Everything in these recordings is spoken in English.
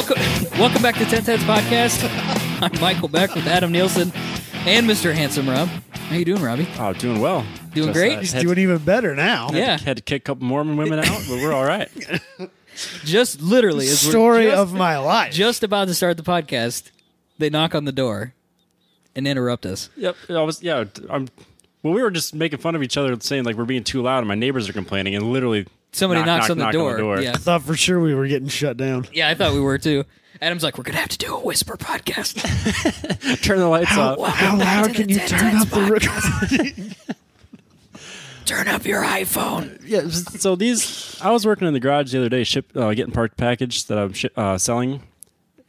Welcome back to 1010's podcast. I'm Michael Beck with Adam Nielsen and Mr. Handsome Rob. How you doing, Robbie? Oh, doing well. Doing great? uh, He's had, doing even better now. Yeah. Had to kick a couple Mormon women out, but we're all right. Just literally, as we're Story just, of my life. just about to start the podcast, they knock on the door and interrupt us. yep. I was. Yeah. I'm. Well, we were just making fun of each other, saying like we're being too loud, and my neighbors are complaining, and literally Somebody knock, knocks knock, on, the knock door. on the door. Yeah, I thought for sure we were getting shut down. yeah, I thought we were too. Adam's like, we're gonna have to do a whisper podcast. turn the lights Uh, off. How loud can you turn up the rec- Turn up your iPhone. Yeah. So these, I was working in the garage the other day, ship uh, getting parked package that I'm shi uh, selling.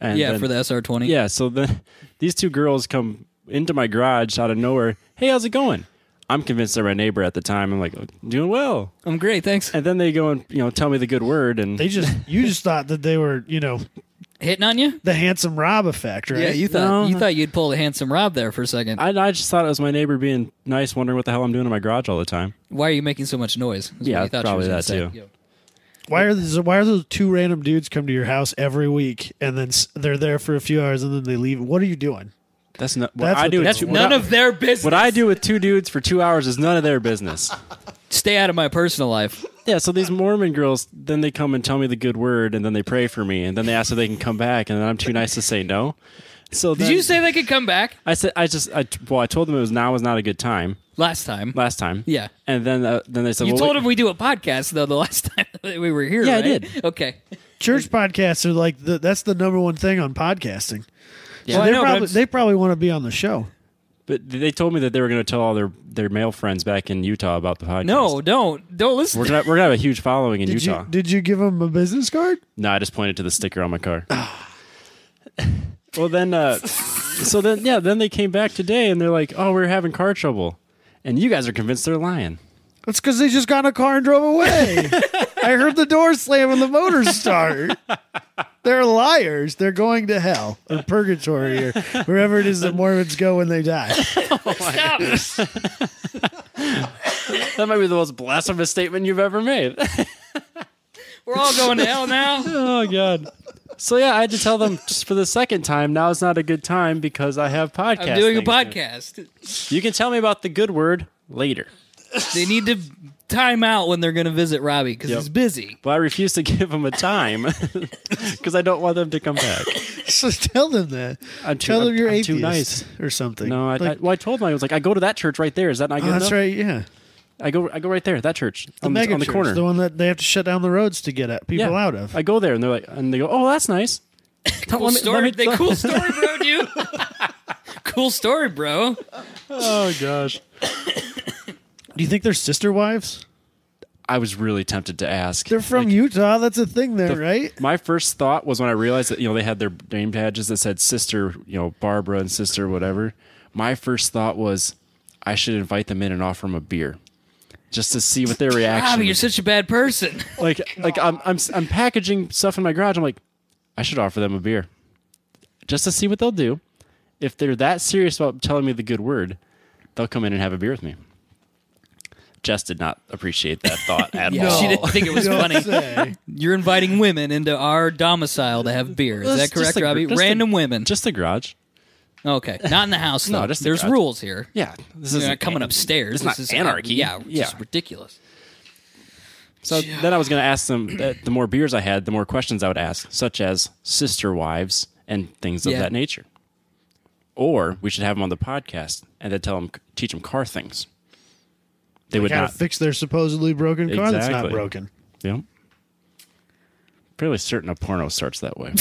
And Yeah, then- for the SR20. Yeah. So the these two girls come into my garage out of nowhere. Hey, how's it going? I'm convinced they're my neighbor at the time. I'm like, "Oh, doing well. I'm great, thanks. And then they go and you know tell me the good word, and They just you just thought that they were, you know, Hitting on you? the handsome Rob effect, right? Yeah, you thought No. you thought you'd pull a handsome Rob there for a second. I, I just thought it was my neighbor being nice, wondering what the hell I'm doing in my garage all the time. Why are you making so much noise? is what Yeah, you thought she probably was gonna that, say. too. Yeah. why are those, why are those two random dudes come to your house every week and then s- they're there for a few hours and then they leave? What are you doing? That's not what That's I what do. they with That's two- none what I- of their business. what I do with two dudes for two hours is none of their business. Stay out of my personal life. yeah. So these Mormon girls, then they come and tell me the good word, and then they pray for me, and then they ask if they can come back, and then I'm too nice to say no. So Did you say they could come back I said I just I well I told them it was now was not a good time last time? last time. Yeah. And then uh, then they said You well, told wait- him we do a podcast though the last time that we were here. Yeah, I right? did. Okay. Church podcasts are like the, that's the number one thing on podcasting. Well, so I they know, but probably I'm- they probably want to be on the show. but they told me that they were going to tell all their their male friends back in Utah about the podcast. No, don't don't listen. We're gonna we're gonna have a huge following in Did Utah. you did you give them a business card? No, I just pointed to the sticker on my car. well, then, uh, so then, yeah, then they came back today and they're like, oh, we're having car trouble. And you guys are convinced they're lying. That's because they just got in a car and drove away. I heard the door slam and the motor start. They're liars. They're going to hell or purgatory or wherever it is that Mormons go when they die. Stop. That might be the most blasphemous statement you've ever made. We're all going to hell now. oh, God. So, yeah, I had to tell them just for the second time, now is not a good time because I have podcast. I'm doing a things to do. podcast. You can tell me about the good word later. They need to time out when they're going to visit Robbie because Yep. he's busy. But I refuse to give them a time because I don't want them to come back. So tell them that. I'm too, Tell them I'm- you're I'm atheist too nice. or something. No, I, I, Like, well, I told him I was like, I go to that church right there. Is that not good oh, that's enough? right. Yeah, I go I go right there, that church the on, the, mega on the church, corner. the one that they have to shut down the roads to get at people yeah. out of. I go there and they're like, and they go, oh, that's nice. Cool let me- story. let me- they cool story, bro. Dude. cool story, bro. Oh gosh, Do you think they're sister wives? I was really tempted to ask. They're from Utah. That's a thing there, right? My first thought was when I realized that you know they had their name badges that said sister, you know Barbara and sister whatever. My first thought was I should invite them in and offer them a beer, just to see what their reaction. Robbie, you're was. such a bad person. like like I'm, I'm I'm packaging stuff in my garage. I'm like, I should offer them a beer, just to see what they'll do. If they're that serious about telling me the good word, they'll come in and have a beer with me. Jess did not appreciate that thought at Yeah, all. she didn't think it was Don't funny. say. You're inviting women into our domicile to have beer. Is that Just- just correct, the- Robbie? just the- Random women. just the garage. okay, not in the house. Though. No, just the there's garage. rules here. Yeah, this You're is not coming upstairs. It's this not is anarchy. Yeah, Yeah. just ridiculous. So then I was going to ask them. That the more beers I had, the more questions I would ask, such as sister wives and things of Yeah. that nature. Or we should have them on the podcast and then tell them, teach them car things. They would Gotta not fix their supposedly broken car that's not Exactly. broken. Yeah. Fairly certain a porno starts that way.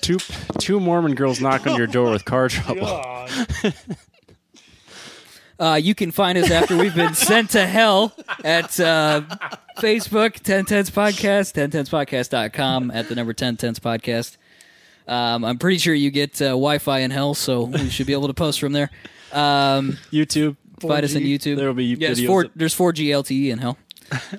two two Mormon girls knock on your door with car trouble. Uh, you can find us after we've been sent to hell at uh, Facebook, 1010s Podcast, 1010spodcast.com, at the number 1010s Podcast. Um, I'm pretty sure you get uh, Wi Fi in hell, so we should be able to post from there. Um, YouTube. find us on YouTube. There will be yeah, it's videos four, up- There's 4G LTE E in hell.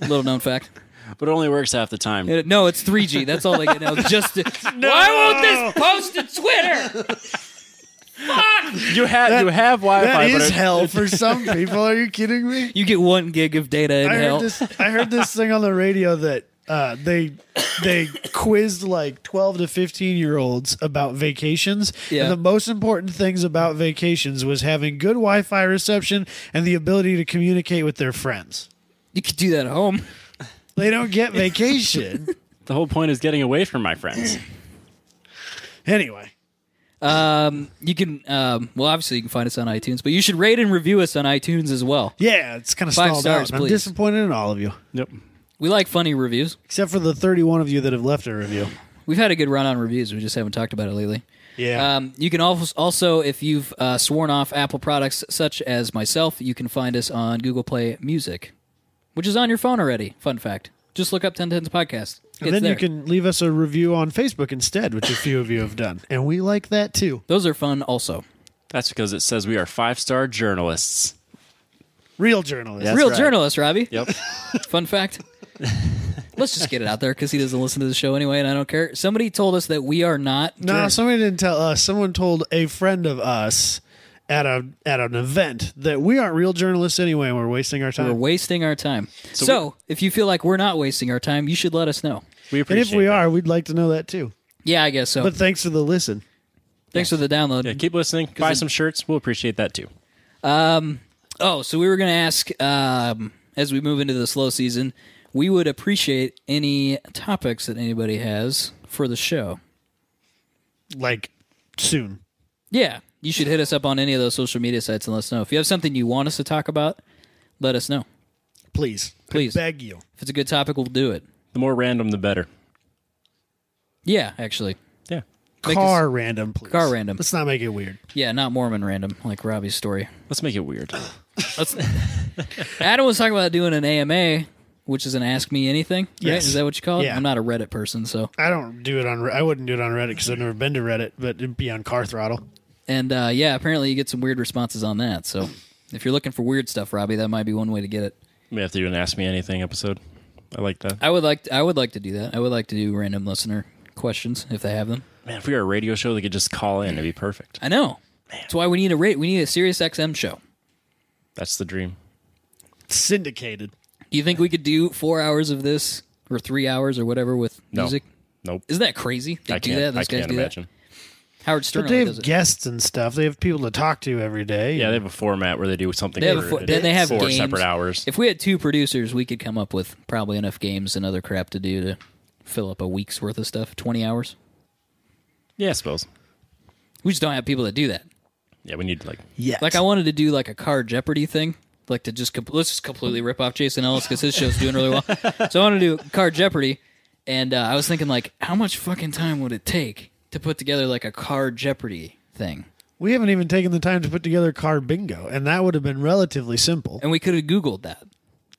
Little known fact. But it only works half the time. Uh, No, it's 3G. That's all they get now. Just why won't this post to Twitter? you have you have Wi That Fi, but is it- hell for some people. Are you kidding me? You get one gig of data in I hell. heard this. I heard this thing on the radio that uh, they they quizzed like 12 to 15 year olds about vacations Yeah. and the most important things about vacations was having good wi-fi reception and the ability to communicate with their friends You could do that at home. they don't get vacation The whole point is getting away from my friends. anyway Um, you can, um, well, obviously you can find us on iTunes, but you should rate and review us on iTunes as well. yeah it's kind of Five stalled stars, out i'm please. disappointed in all of you Nope. We like funny reviews. except for the 31 of you that have left a review We've had a good run on reviews. We just haven't talked about it lately. yeah Um, you can also, also if you've uh, sworn off Apple products such as myself, you can find us on Google Play Music, which is on your phone already. Fun fact: just look up 1010's podcast. It's and then there. you can leave us a review on facebook instead which a few of you have done and we like that too Those are fun, also. That's because it says we are five star journalists. real journalists That's Real right. journalist, Robbie. Yep. Fun fact. Let's just get it out there because he doesn't listen to the show anyway, and I don't care. Somebody told us that we are not. No, journal- somebody didn't tell us. Someone told a friend of us at a at an event that we aren't real journalists anyway, and we're wasting our we're time. wasting our time. So, we- if you feel like we're not wasting our time, you should let us know. We and appreciate if we that. are, we'd like to know that too. Yeah, I guess so. But thanks for the listen. Thanks for the download. Yeah, keep listening. Buy some shirts. We'll appreciate that too. Oh, so we were going to ask um, as we move into the slow season, we would appreciate any topics that anybody has for the show. Like soon. Yeah, you should hit us up on any of those social media sites and let us know. If you have something you want us to talk about, let us know. Please. I Please. beg you. If it's a good topic, we'll do it. The more random, the better. Yeah, actually. Yeah. Make Car random, please. Car random. Let's not make it weird. Yeah, not Mormon random, like Robbie's story. Let's make it weird. Let's- Adam was talking about doing an AMA, which is an Ask Me Anything. Right? Yes. Is that what you call it? Yeah. I'm not a Reddit person, so. I don't do it on. Re- I wouldn't do it on Reddit because I've never been to Reddit, but it'd be on Car Throttle. And uh, yeah, apparently you get some weird responses on that. So if you're looking for weird stuff, Robbie, that might be one way to get it. We have to do an Ask Me Anything episode. I like that. I would like I would like to do that. I would like to do random listener questions if they have them. Man, if we were a radio show, they could just call in. It'd be perfect. I know. That's why we need a rate. We need a Sirius XM show. That's the dream. Syndicated. Do you think we could do four hours of this or three hours or whatever with No. music? Nope. Isn't that crazy? They I do can't, that. I Those guys can't do imagine. that. Howard But Stern they does have it. guests and stuff. They have people to talk to every day. Yeah, they have a format where they do something. They have for- a fo- then they have four games. separate hours. If we had two producers, we could come up with probably enough games and other crap to do to fill up a week's worth of stuff. Twenty hours. yeah, I suppose. We just don't have people that do that. Yeah, we need like. Yes. Like I wanted to do like a card Jeopardy thing, like to just com- let's just completely rip off Jason Ellis because his show's doing really well. So I want to do card Jeopardy, and uh, I was thinking like, how much fucking time would it take to put together like a card Jeopardy thing? We haven't even taken the time to put together car bingo, and that would have been relatively simple. And we could have Googled that.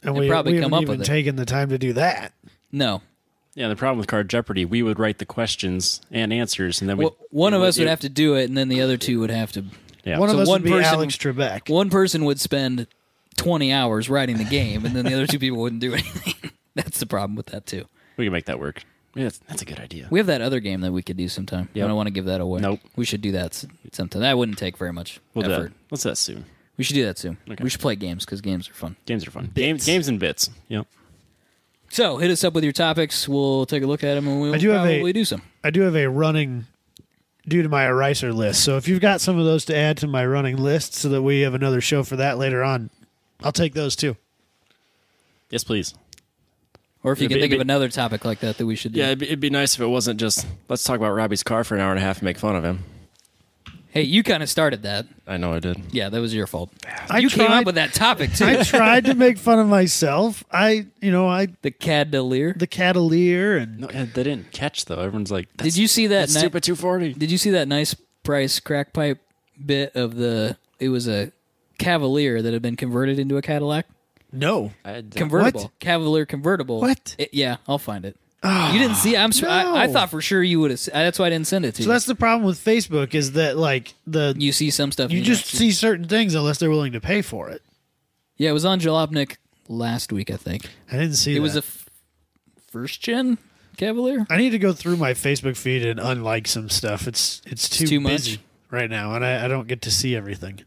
And we, probably we come haven't up even with it. taken the time to do that. No, Yeah, the problem with Card Jeopardy, we would write the questions and answers, and then we well, one of us would you- have to do it, and then the other two would have to. Yeah. One So of us one would be person- Alex Trebek. One person would spend twenty hours writing the game, and then the other two people wouldn't do anything. That's the problem with that too. we can make that work. Yeah, that's, that's a good idea. We have that other game that we could do sometime. I don't want to give that away. Nope. We should do that s- sometime. That wouldn't take very much We'll do effort. that. Let's do that soon. We should do that soon. We should play games because games are fun. Games are fun. Games, games and bits. Yep. So hit us up with your topics. We'll take a look at them and we'll I do have a- probably do some. I do have a running due to my eraser list. So if you've got some of those to add to my running list so that we have another show for that later on, I'll take those too. Yes, please. Or if you It'd can be- think of it'd be- another topic like that that we should do. Yeah, it'd be, it'd be nice if it wasn't just let's talk about Robbie's car for an hour and a half and make fun of him. Hey, you kind of started that. I know I did. Yeah, that was your fault. I you came up tried- with that topic too. I tried to make fun of myself. I, you know, I the Cadelier. the Cavalier and No, yeah, they didn't catch though. Everyone's like, Did you see that? that's ni- stupid 240? Did you see that nice price crack pipe bit of the? It was a Cavalier that had been converted into a Cadillac. no. convertible cavalier convertible What? Oh, It- yeah i'll find it you didn't see i'm sure no. I, I thought for sure you would have that's why i didn't send it to So you that's the problem with Facebook is that like the you, you see some stuff and just don't see certain things unless they're willing to pay for it. yeah it was on jalopnik last week i think I didn't see it that. was a f- first gen cavalier I need to go through my Facebook feed and unlike some stuff. It's it's too, too much? busy right now, and I, I don't get to see everything.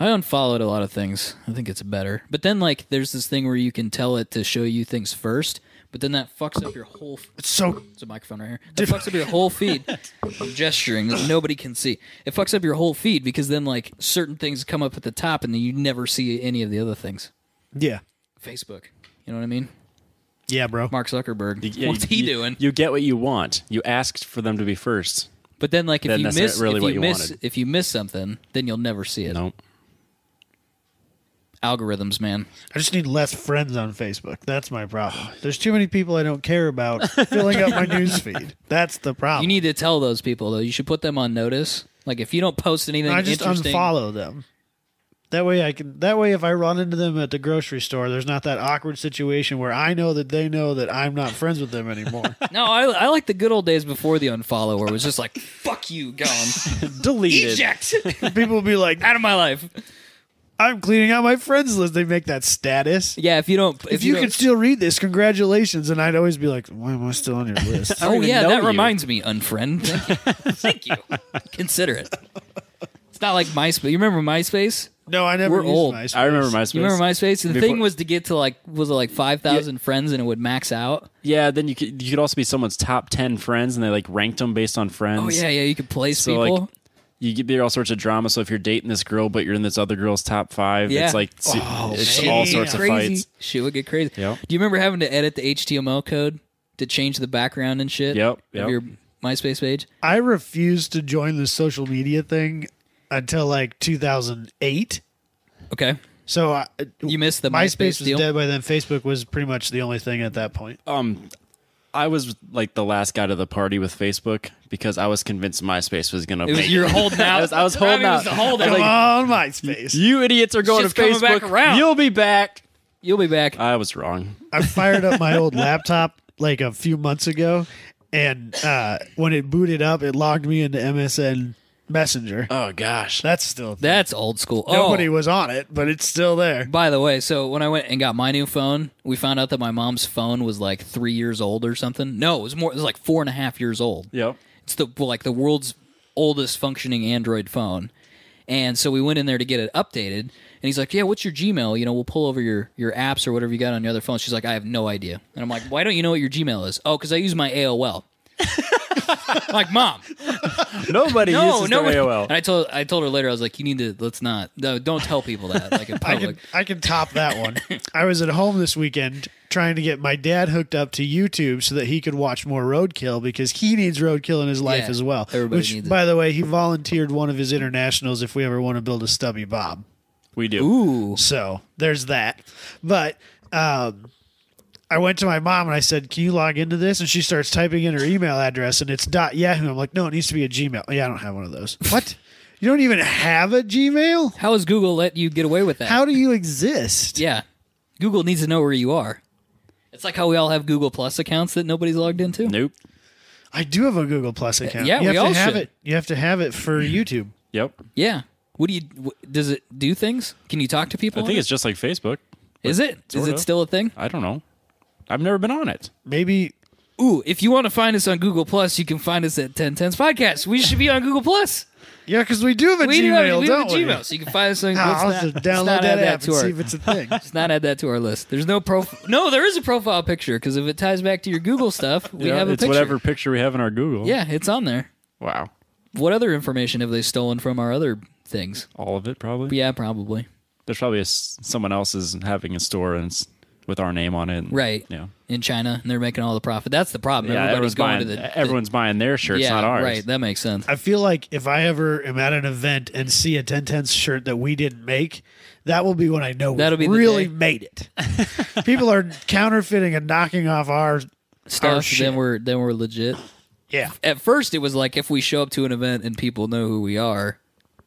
i unfollowed a lot of things i think it's better but then like there's this thing where you can tell it to show you things first but then that fucks up your whole. f- It's so It's a microphone right here. It fucks up your whole feed. I'm gesturing that nobody can see. It fucks up your whole feed because then like certain things come up at the top and then you never see any of the other things. yeah, Facebook. You know what I mean? yeah, bro. Mark Zuckerberg. Yeah, What's you- he you- doing? You get what you want. You asked for them to be first. But then, like, if Then you that's miss, not really if what you you miss, wanted. if you miss something, then you'll never see it. Nope. Algorithms, man. I just need less friends on Facebook. That's my problem. There's too many people I don't care about filling up my news feed. That's the Oh. problem. You need to tell those people though. You should put them on notice. Like, if you don't post anything I just interesting, unfollow them. That way I can that way if I run into them at the grocery store, there's not that awkward situation where I know that they know that I'm not friends with them anymore. No, I, I like the good old days before the unfollow, where it was just like, "Fuck you, gone, Deleted. eject, People will be like, out of my life." I'm cleaning out my friends list. They make that status. Yeah, if you don't, if, If, you, don't- can still read this, congratulations. And I'd always be like, Why am I still on your list? oh even yeah, know that you. reminds me, unfriend. Thank you. Thank you. Consider it. It's not like MySpace. You remember MySpace? No, I never We're used old. MySpace. I remember MySpace. You remember MySpace? And the thing Before- was to get to like was it like five thousand friends, and it would max out. Yeah, then you could you could also be someone's top ten friends, and they like ranked them based on friends. Oh yeah, yeah. You could place So people. like, you get there all sorts of drama. So if you're dating this girl, but you're in this other girl's top five, Yeah. it's like it's Shit all would get sorts of crazy. fights. Shit would get crazy. Yep. Do you remember having to edit the HTML code to change the background and shit? Yep, Of yep. your MySpace page. I refused to join the social media thing until like 2008. Okay. So I, You missed the MySpace, MySpace, was deal. dead by then. Facebook was pretty much the only thing at that point. Um, I was like the last guy to the party with Facebook because I was convinced MySpace was gonna. It was make you're holding out. I was, I was holding Robbie was out. the holdout. I was Come like, on, MySpace. you idiots are going Shit's to coming back Facebook. around." You'll be back. You'll be back. I was wrong. I fired up my old laptop like a few months ago, and uh, when it booted up, it logged me into MSN Messenger. Uh, Oh gosh. That's still there. That's old school. nobody oh. was on it, but it's still there. By the way, so when I went and got my new phone, we found out that my mom's phone was like three years old or something. No, it was more. It was like four and a half years old. Yep. It's the well, like the world's oldest functioning Android phone. And so we went in there to get it updated, and he's like, "Yeah, what's your Gmail? You know, we'll pull over your your apps or whatever you got on your other phone." She's like, "I have no idea." And I'm like, "Why don't you know what your Gmail is?" Oh, because I use my AOL. I'm like, mom, Nobody no, uses no. the AOL. And I told I told her later, I was like, "You need to let's not, no, don't tell people that like in I can public." I can top that one. I was at home this weekend trying to get my dad hooked up to YouTube so that he could watch more roadkill because he needs roadkill in his life Yeah, as well. everybody Which, needs it. by the way, he volunteered one of his internationals if we ever want to build a stubby bob. we do. Ooh, So there's that. But um, I went to my mom and I said, "Can you log into this?" And she starts typing in her email address and it's dot Yahoo. I'm like, "No, it needs to be a Gmail." Yeah, I don't have one of those. what? You don't even have a Gmail? how has Google let you get away with that? How do you exist? yeah, Google needs to know where you are. It's like how we all have Google Plus accounts that nobody's logged into. Nope. I do have a Google Plus account. yeah, you we have all to have should. it. You have to have it for YouTube. Yep. Yeah. What do you? wh- Does it do things? Can you talk to people? I think it's just like Facebook. Is it? Is sorta. it still a thing? I don't know. I've never been on it. Maybe Ooh, if you want to find us on Google Plus, you can find us at 1010s Podcast. We should be on Google Plus. yeah, because we do have a We do Gmail, have, we have don't a we? Gmail, so you can find us on. I'll have let's to not- let's download not add that app to and our, see if it's a thing. let's not add that to our list. There's no prof. No, there is a profile picture because if it ties back to your Google stuff, we Yeah, have a it's picture. whatever picture we have in our Google. Yeah, it's on there. Wow. What other information have they stolen from our other things? All of it probably. Yeah, probably. There's probably a s someone else is having a store and it's with our name on it. and- Right. Yeah. In China, and they're making all the profit. That's the problem. Yeah. Everybody's Everyone's going buying. to e, the everyone's buying their shirts, yeah, not ours. right. That makes sense. I feel like if I ever am at an event and see a 1010 shirt that we didn't make, that will be when I know That'll we be the really day. made it. People are counterfeiting and knocking off our our stuff, shit. then we're then we're legit. yeah. At first, it was like if we show up to an event and people know who we are,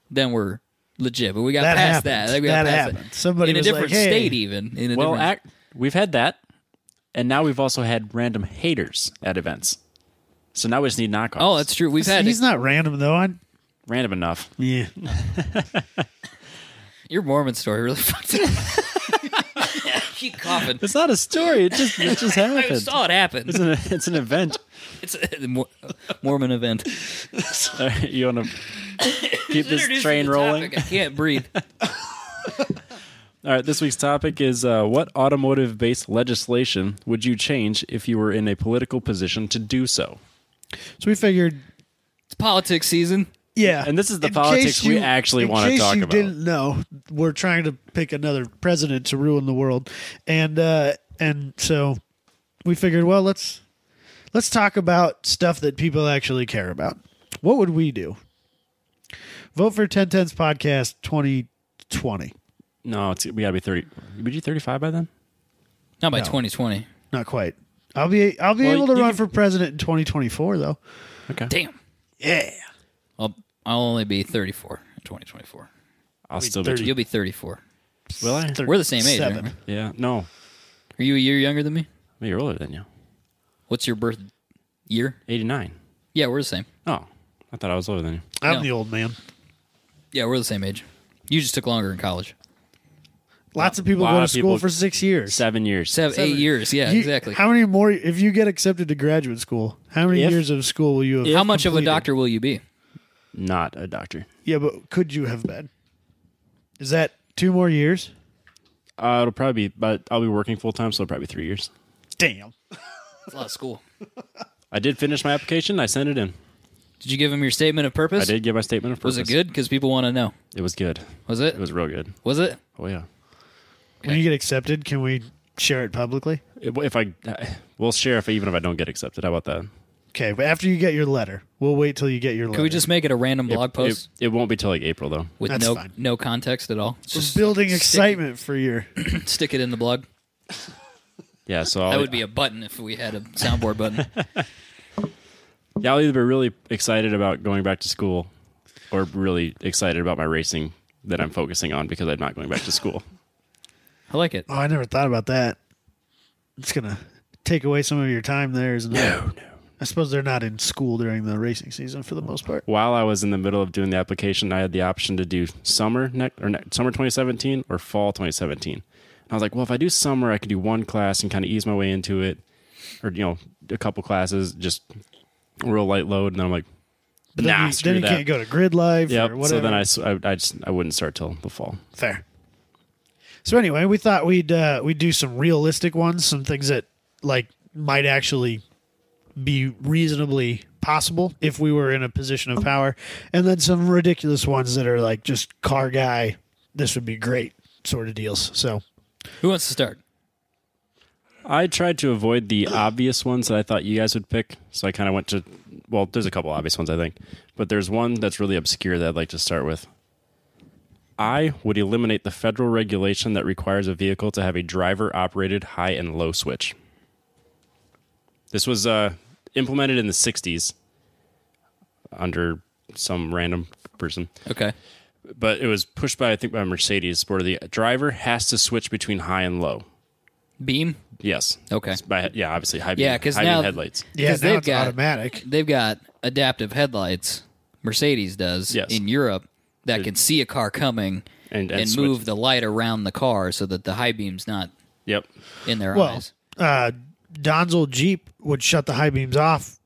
then we're legit. But we got That past happened. that. Like, we got That past happened. Somebody in was a like, different "Hey." state, even in a Well, different. act, we've had that, and now we've also had random haters at events. So now we just need knockoffs. oh, that's true. We've had. He's not random though. I random enough. yeah. your Mormon story really fucked. up. I Keep coughing. It's not a story. It just it just I happened. saw it happen. It's an, it's an event. It's a Mor- Mormon event. All right, you want to keep this Introducing train the rolling? topic. I can't breathe. All right, this week's topic is uh, what automotive based legislation would you change if you were in a political position to do so? So we figured, It's politics season. yeah. And this is the politics we actually wanna to talk you about. didn't know, we're trying to pick another president to ruin the world, and uh, and so we figured, well, let's let's talk about stuff that people actually care about. What would we do? Vote for 1010's podcast 2020. No, it's, we got to be 30. Would you 35 by then? Not by 2020. Not quite. I'll be I'll be Well, able to you run can- for president in 2024 though. Damn. Yeah. I'll, I'll only be 34 in 2024. I'll still be. You'll be 34. Will I? We're the same age, aren't we? Yeah, no. Are you a year younger than me? Maybe you're older than you. What's your birth year? 89. Yeah, we're the same. Oh, I thought I was older than you. I'm No. the old man. Yeah, we're the same age. You just took longer in college. Lots of people Lot go to of school people- for 6 years. Seven years. Seven, eight years. Yeah, You- exactly. How, How many more if you get accepted to graduate school? How many If- years of school will you have much of a completed? doctor will you be? Not a doctor. Yeah, but could you have been? Is that two more years? Uh, it'll probably be, but I'll be working full time, so it'll probably be three years. Damn. It's a lot of school. I did finish my application. I sent it in. Did you give him your statement of purpose? I did give my statement of purpose. Was it good? Because people want to know. It was good. Was it? It was real good. Was it? Oh yeah. When you get accepted, can we share it publicly? If if I, we'll share if even if I don't get accepted. How about that? Okay, but after you get your letter, we'll wait till you get your letter. Could we just make it a random blog post It, it won't be till like April though. with That's no fine. no context at all? We're Just building stick- excitement for your Stick it in the blog. Oh, Yeah. So I'll, That would be a button if we had a soundboard button. Yeah, I'll either be really excited about going back to school, or really excited about my racing that I'm focusing on because I'm not going back to school. I like it. Oh, I never thought about that. It's gonna take away some of your time there, isn't it? no. I suppose they're not in school during the racing season for the most part. While I was in the middle of doing the application, I had the option to do summer next or ne- summer 2017 or fall 2017. And I was like, well, if I do summer, I can do one class and kind of ease my way into it, or you know, a couple classes, just real light load. And then I'm like, But then nah, you, screw then you that. can't go to grid life Yep. or whatever. So then I, s- I, I just I wouldn't start till the fall. fair. So anyway, we thought we'd uh, we'd do some realistic ones, some things that like might actually be reasonably possible if we were in a position of power, and then some ridiculous ones that are like just car guy. This would be great sort of deals. So Who wants to start? I tried to avoid the obvious ones that I thought you guys would pick, so I kind of went to. Well, there's a couple obvious ones I think, but there's one that's really obscure that I'd like to start with. I would eliminate the federal regulation that requires a vehicle to have a driver-operated high and low switch. This was uh, implemented in the '60s under some random person Okay. but it was pushed by I think by Mercedes, where the driver has to switch between high and low. Beam. Yes. Okay. It's By, yeah, obviously high beam. Yeah, 'cause high beam now- headlights. yeah, 'Cause now they've it's got- automatic. They've got adaptive headlights. Mercedes does Yes. in Europe that can see a car coming And- and switch. move the light around the car so that the high beam's not Yep. in their Well, eyes. uh, Don's old Jeep would shut the high beams off,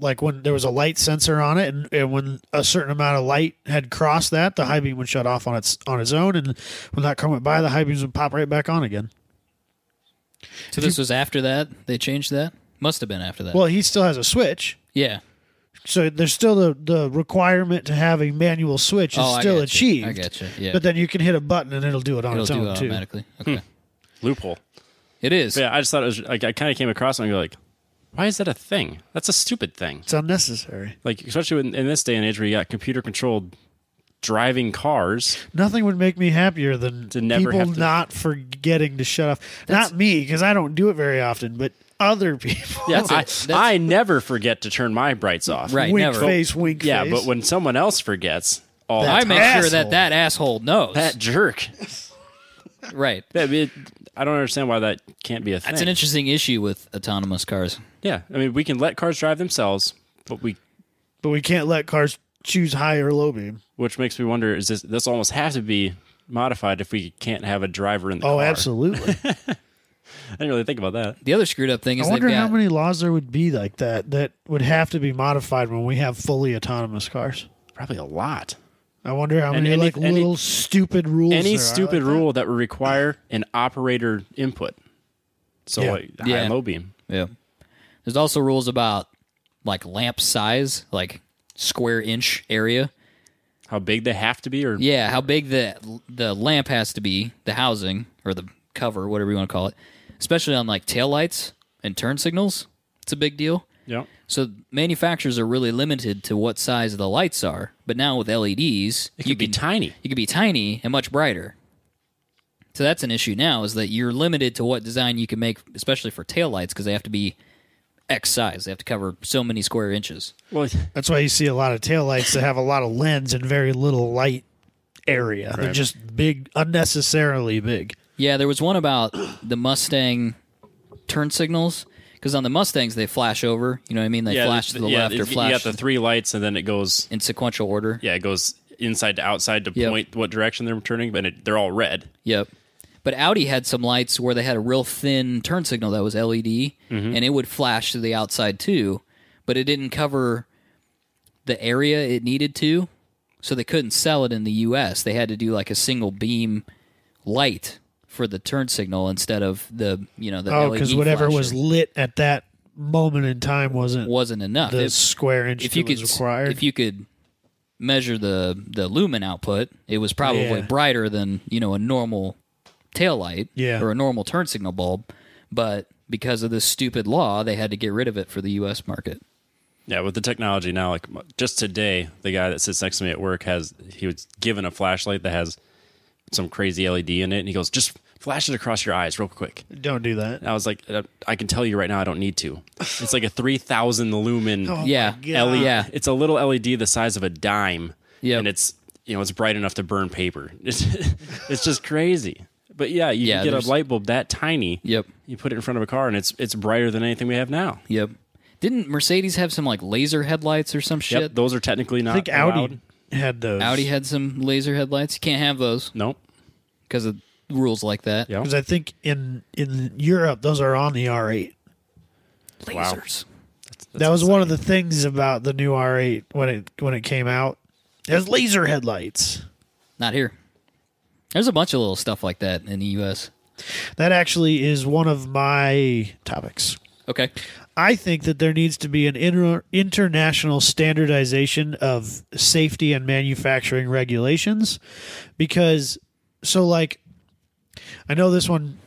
like when there was a light sensor on it, and, and when a certain amount of light had crossed that, the high beam would shut off on its on its own, and when that car went by, the high beams would pop right back on again. So this was after that they changed that. Must have been after that. Well, he still has a switch, yeah. so there's still the the requirement to have a manual switch is Oh, I still gotcha. achieved. I gotcha. Yeah. But then you can hit a button and it'll do it on It'll its do own it too. automatically. Okay. Loophole. It is. But Hmm. yeah, I just thought it was. Like, I kind of came across it and go like, why is that a thing? That's a stupid thing. It's unnecessary. Like especially in, in this day and age where you got computer controlled driving cars. Nothing would make me happier than To never people have to- not forgetting to shut off. not me, because I don't do it very often, but other people. Yeah, That's I, it. That's- I never forget to turn my brights off. Right. wink never. face, wink Yeah, face. but when someone else forgets, all That- I that, make sure that Asshole. that asshole knows. that jerk. right. That it, I don't understand why that can't be a thing. That's an interesting issue with autonomous cars. Yeah, I mean, we can let cars drive themselves, but we, but we can't let cars choose high or low beam. which makes me wonder, is this this almost has to be modified if we can't have a driver in the Oh, car? absolutely. I didn't really think about that. The other screwed up thing is I they've wonder how got many laws there would be like that that would have to be modified when we have fully autonomous cars. Probably a lot. I wonder how And many any- like any- little stupid rules. Any there are stupid like that. rule that would require an operator input. So Yeah. like high Yeah. and low beam. Yeah. There's also rules about like lamp size, like square inch area. How big they have to be or Yeah, how big the the lamp has to be, the housing or the cover, whatever you want to call it. Especially on like taillights and turn signals. It's a big deal. yeah. So manufacturers are really limited to what size the lights are. But now with LEDs, It could you be can tiny. you could be tiny and much brighter. So that's an issue now is that you're limited to what design you can make, especially for taillights, because they have to be X size. They have to cover so many square inches. Well, That's why you see a lot of taillights that have a lot of lens and very little light area. They're Right. just big, unnecessarily big. Yeah, there was one about the Mustang turn signals. Because on the Mustangs, they flash over. You know what I mean? They yeah, flash to the yeah, left or you flash got the three lights and then it goes in sequential order. yeah, it goes inside to outside to Yep. point what direction they're turning, but it, they're all red. Yep. But Audi had some lights where they had a real thin turn signal that was LED and it would flash to the outside too, but it didn't cover the area it needed to. So they couldn't sell it in the US. They had to do like a single beam light for the turn signal instead of the, you know, the Oh, LED because whatever was flasher. lit at that moment in time wasn't wasn't enough. the It- square inch if you that could was s- required. if you could measure the the lumen output, it was probably Yeah. brighter than you know a normal taillight Yeah. or a normal turn signal bulb. But because of this stupid law, they had to get rid of it for the U.S. market. Yeah, with the technology now, like m- just today, the guy that sits next to me at work has he was given a flashlight that has some crazy LED in it, and he goes, "Just flash it across your eyes real quick." Don't do that. And I was like, "Uh, "I can tell you right now, I don't need to." It's like a three thousand lumen Oh yeah, E, my God. LED. yeah, It's a little LED the size of a dime, Yep. and it's you know it's bright enough to burn paper. It's, it's just crazy. But yeah, you Yeah, can get there's- a light bulb that tiny. yep, You put it in front of a car, and it's it's brighter than anything we have now. yep. Didn't Mercedes have some like laser headlights or some shit? Yep, those are technically not I think Audi allowed. had those. Audi had some laser headlights. You can't have those Nope. because of rules like that. Yeah. because I think in in Europe those are on the R8. Lasers. that was one of the things about the new R8 when it when it came out. It has laser headlights. Not here. There's a bunch of little stuff like that in the U.S. That actually is one of my topics. Okay. I think that there needs to be an inter- international standardization of safety and manufacturing regulations because so like I know this one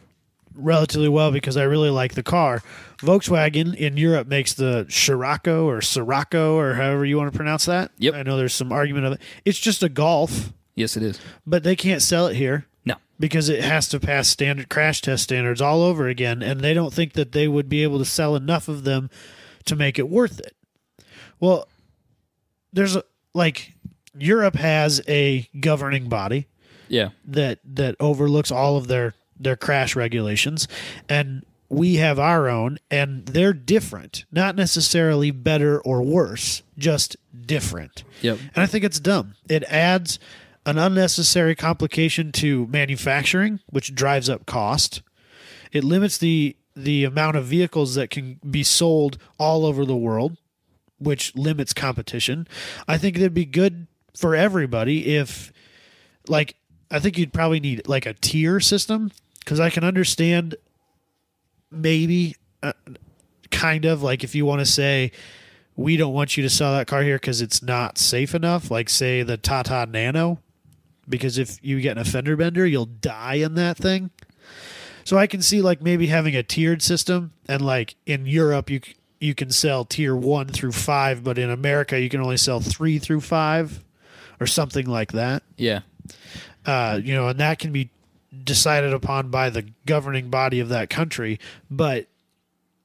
relatively well because I really like the car. Volkswagen in Europe makes the Scirocco or Sirocco or however you want to pronounce that. Yep. I know there's some argument of it. It's just a Golf, Yes, it is. but they can't sell it here No. because it has to pass standard crash test standards all over again and they don't think that they would be able to sell enough of them to make it worth it well there's a, like europe has a governing body Yeah. that that overlooks all of their their crash regulations and we have our own and they're different not necessarily better or worse just different Yep. and I think it's dumb. It adds an unnecessary complication to manufacturing, which drives up cost. It limits the the amount of vehicles that can be sold all over the world, which limits competition. I think it'd be good for everybody if like I think you'd probably need like a tier system cuz I can understand maybe uh, kind of like if you want to say we don't want you to sell that car here because it's not safe enough. Like, say, the Tata Nano, because if you get an offender bender, you'll die in that thing. So I can see like maybe having a tiered system, and like in Europe, you c- you can sell tier one through five, but in America, you can only sell three through five, or something like that. Yeah. Uh, you know, and that can be decided upon by the governing body of that country. But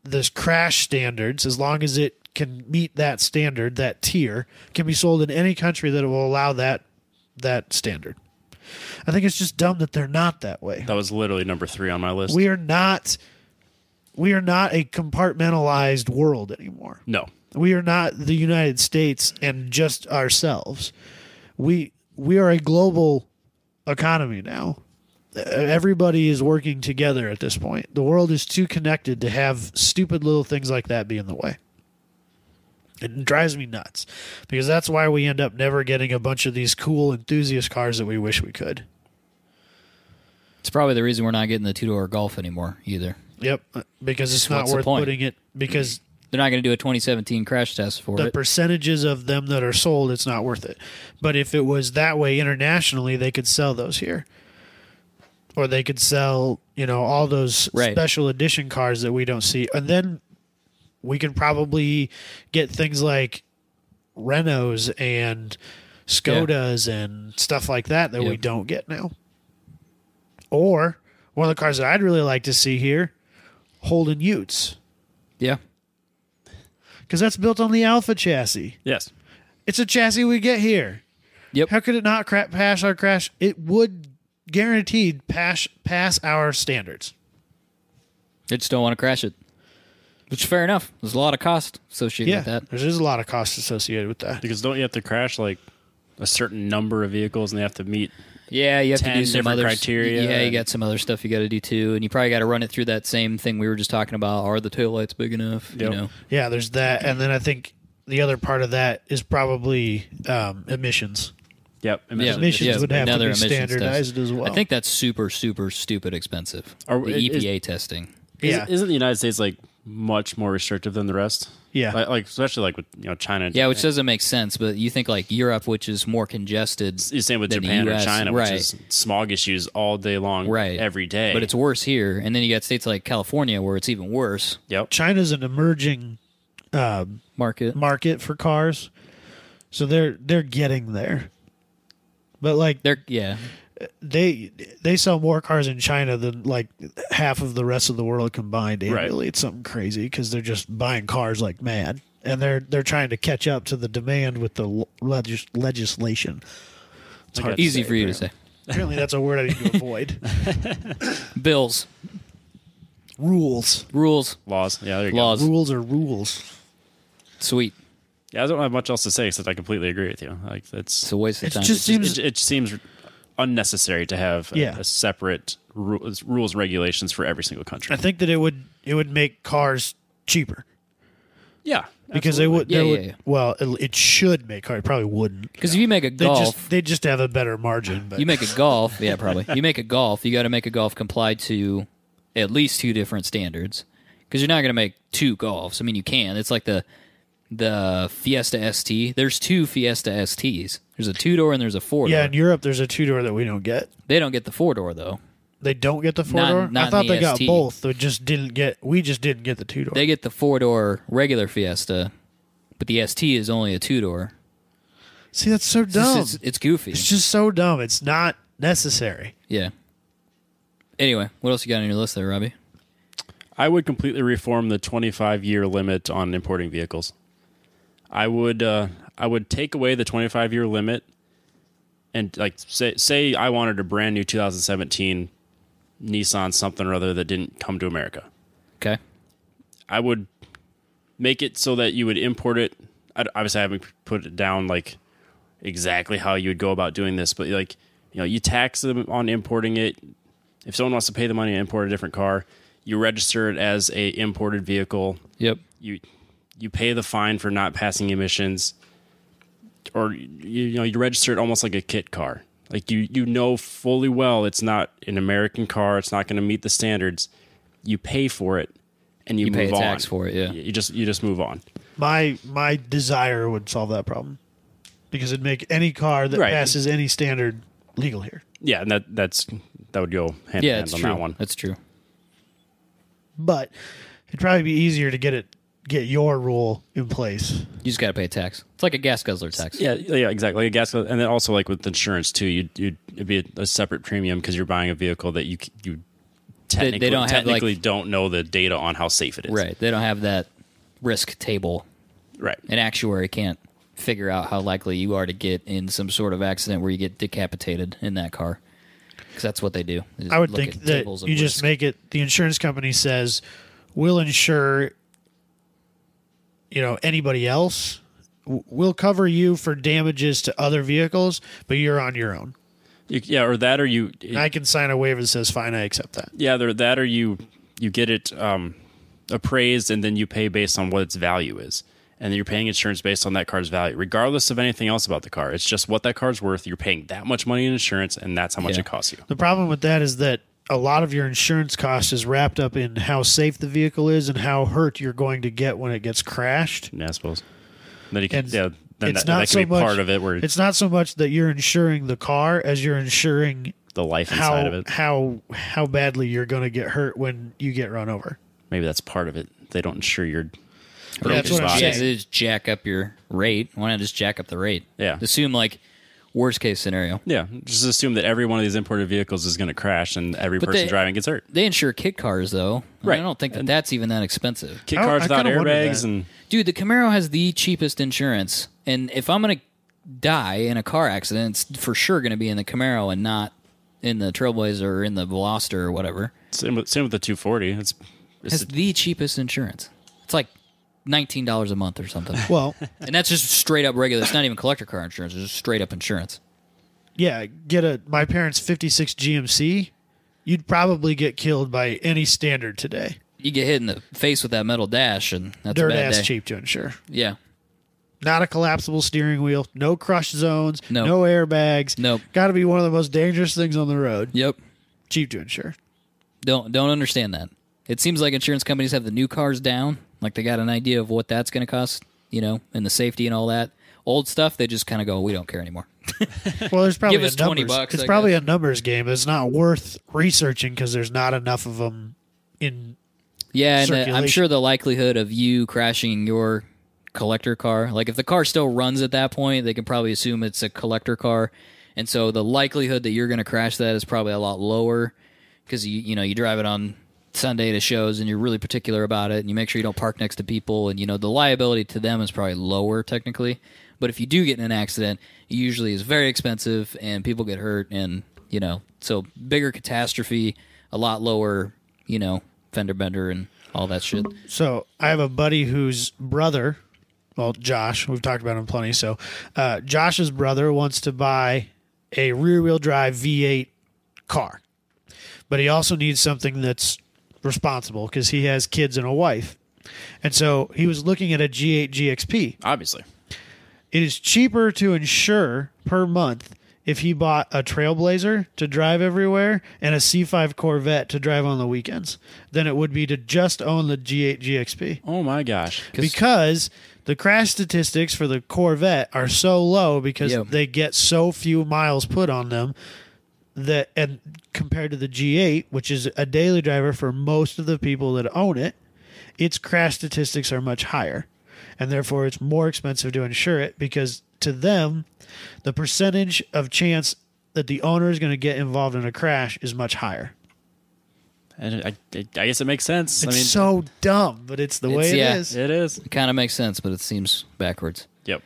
this crash standards, as long as it can meet that standard, that tier, can be sold in any country that will allow that that standard. I think it's just dumb that they're not that way. That was literally number three on my list. We are not we are not a compartmentalized world anymore. no. We are not the United States and just ourselves. We we are a global economy now. Uh, Everybody is working together at this point. The world is too connected to have stupid little things like that be in the way. It drives me nuts because that's why we end up never getting a bunch of these cool enthusiast cars that we wish we could. It's probably the reason we're not getting the two door golf anymore either. Yep, because it's not What's the worth point? putting it because They're not going to do a 2017 crash test for the it. percentages of them that are sold, it's not worth it. But if it was that way internationally, they could sell those here. Or they could sell, you know, all those Right. special edition cars that we don't see. And then we could probably get things like Renos and Skodas and stuff like that that we Yep. don't get now. Or one of the cars that I'd really like to see here, Holden Utes, yeah, because that's built on the Alpha chassis. Yes. It's a chassis we get here. Yep. How could it not cra- pass our crash? It would guaranteed pass pass our standards. they just don't want to crash it. Which fair enough. There's a lot of cost associated Yeah, with that. there's just a lot of costs associated with that. Because don't you have to crash like a certain number of vehicles and they have to meet? Yeah, you have to 10 do some different other criteria. Yeah, you got some other stuff you got to do too, and you probably got to run it through that same thing we were just talking about. Are the taillights big enough? You Yep. know, Yeah, there's that, and then I think the other part of that is probably um, emissions. Yep. Yeah, Imagine- Emissions yeah, would have to another be emissions test. standardized as well. I think that's super, super, stupid expensive. Are- the it- EPA testing. Isn't, yeah, isn't the United States like much more restrictive than the rest? Yeah. Like, like, especially like with you know China. Yeah, which doesn't make sense. But you think like Europe, which is more congested, It's the same with than the Japan US, or China, right. which is smog issues all day long, right Every day. But it's worse here, and then you got states like California where it's even worse. yep. China's an emerging Market. market for cars, so they're they're getting there. But like They're yeah, they they sell more cars in China than like half of the rest of the world combined Right. annually. It's something crazy because they're just buying cars like mad, and they're they're trying to catch up to the demand with the l- legis- legislation. It's I hard. got- easy for you to say. Apparently, that's a word I need to avoid. Bills, rules, rules, Laws. Yeah. There you laws. rules are rules. Sweet. go. Yeah. I don't have much else to say except I completely agree with you. Like that's It's a waste of It's time. just seems it, it seems unnecessary to have a, Yeah. a separate rules, rules and regulations for every single country. I think that it would it would make cars cheaper yeah, because they would Yeah, they yeah, would yeah. well it, it should make cars it probably wouldn't because if you make a they golf, just they just have a better margin but you make a golf. Yeah, probably. You make a golf. You got to make a golf comply to at least two different standards because you're not going to make two golfs. I mean, you can. It's like the the Fiesta ST. There's two Fiesta STs. There's a two door and there's a four door. yeah in Europe there's a two door that we don't get they don't get the four door though. They don't get the four door. not I in thought the they got ST. both. They just didn't get. We just didn't get the two door. They get the four door regular Fiesta, but the ST is only a two door. See, that's so dumb. It's, it's goofy. it's just so dumb. It's not necessary. yeah. Anyway, what else you got on your list there, Robbie? I would completely reform the 25 year limit on importing vehicles. I would uh, I would take away the 25 year limit and like say say I wanted a brand new 2017 Nissan something or other that didn't come to America. Okay. I would make it so that you would import it. I, obviously, I haven't put it down like exactly how you would go about doing this, but like you know, you tax them on importing it. If someone wants to pay the money to import a different car, you register it as a imported vehicle. Yep. You you pay the fine for not passing emissions, or you, you know you register it almost like a kit car. Like you you know fully well it's not an American car. It's not going to meet the standards. You pay for it, and you, You pay move a tax on for it. Yeah. you just you just move on. My my desire would solve that problem because it'd make any car that Right. passes any standard legal here. Yeah, and that that's that would go hand Yeah, in hand it's on true. that one. That's true. But it'd probably be easier to get it get your rule in place. You just got to pay a tax. It's like a gas guzzler tax. Yeah, yeah, exactly. A gas, and then also like with insurance too, you you it'd be a, a separate premium because you're buying a vehicle that you c- you technically they don't have, like- technically don't know the data on how safe it is. Right. They don't have that risk table. right. An actuary can't figure out how likely you are to get in some sort of accident where you get decapitated in that car. Because that's what they do. They just I would look think at that tables of you just risk. make it. The insurance company says we'll insure, you know, anybody else. W- We'll cover you for damages to other vehicles, but you're on your own. You, yeah, or that, or you And I can sign a waiver that says, "Fine, I accept that." yeah, there that, or you you get it um, appraised and then you pay based on what its value is. and you're paying insurance based on that car's value, regardless of anything else about the car. It's just what that car's worth. You're paying that much money in insurance, and that's how much Yeah. it costs you. The problem with that is that a lot of your insurance cost is wrapped up in how safe the vehicle is and how hurt you're going to get when it gets crashed. Yeah, I suppose. Then you can, And yeah, then it's that, not that can so be much- part of it where it's It's not so much that you're insuring the car as you're insuring the life inside of how it. how how badly you're going to get hurt when you get run over. Maybe that's part of it. They don't insure your. That's what I'm yeah, saying. they just jack up your rate. Why not just jack up the rate? Yeah. Assume like worst case scenario. Yeah, just assume that every one of these imported vehicles is going to crash and every person they- driving gets hurt. They insure kit cars though. And Right. I don't think that that's even that expensive. Kit I- cars Oh, I without kinda wondered airbags that. and Dude, the Camaro has the cheapest insurance, and if I'm gonna die in a car accident, it's for sure gonna be in the Camaro and not in the Trailblazer or in the Veloster or whatever. same with, same with the 240. It's, it's It's the cheapest insurance. It's like nineteen dollars a month or something, Well, and that's just straight up regular. It's not even collector car insurance. It's just straight up insurance. yeah, get a my parents' 56 GMC, you'd probably get killed by any standard today. You get hit in the face with that metal dash, and that's a Dirt bad ass day. cheap to insure. Yeah, Not a collapsible steering wheel, no crush zones, No. no airbags. Nope. Got to be one of the most dangerous things on the road. yep. Cheap to insure. Don't don't understand that. It seems like insurance companies have the new cars down, like they got an idea of what that's going to cost, you know, and the safety and all that. Old stuff, they just kind of go, we don't care anymore. Well, there's probably Give us a 20 numbers. bucks, it's I probably guess. a numbers game. It's not worth researching because there's not enough of them in. Yeah, and the, I'm Circulation. sure the likelihood of you crashing your collector car, like if the car still runs at that point, they can probably assume it's a collector car, and so the likelihood that you're going to crash that is probably a lot lower because you you know you drive it on Sunday to shows and you're really particular about it, and you make sure you don't park next to people, and you know the liability to them is probably lower technically, but if you do get in an accident, it usually is very expensive and people get hurt, and you know so bigger catastrophe, a lot lower, you know fender bender and all that shit. So I have a buddy whose brother, well, Josh, we've talked about him plenty. So uh, Josh's brother wants to buy a rear wheel drive V8 car, but he also needs something that's responsible because he has kids and a wife. And so he was looking at a G8 GXP. obviously It is cheaper to insure per month if he bought a Trailblazer to drive everywhere and a C5 Corvette to drive on the weekends than it would be to just own the G8 GXP. Oh my gosh. Because the crash statistics for the Corvette are so low because Yeah. they get so few miles put on them that and compared to the G8, which is a daily driver for most of the people that own it, its crash statistics are much higher. And therefore, it's more expensive to insure it because to them, the percentage of chance that the owner is going to get involved in a crash is much higher. And I, I, I guess it makes sense. It's I mean, so dumb, but it's the way It's- it yeah. is. it is. Kind of makes sense, but it seems backwards. Yep.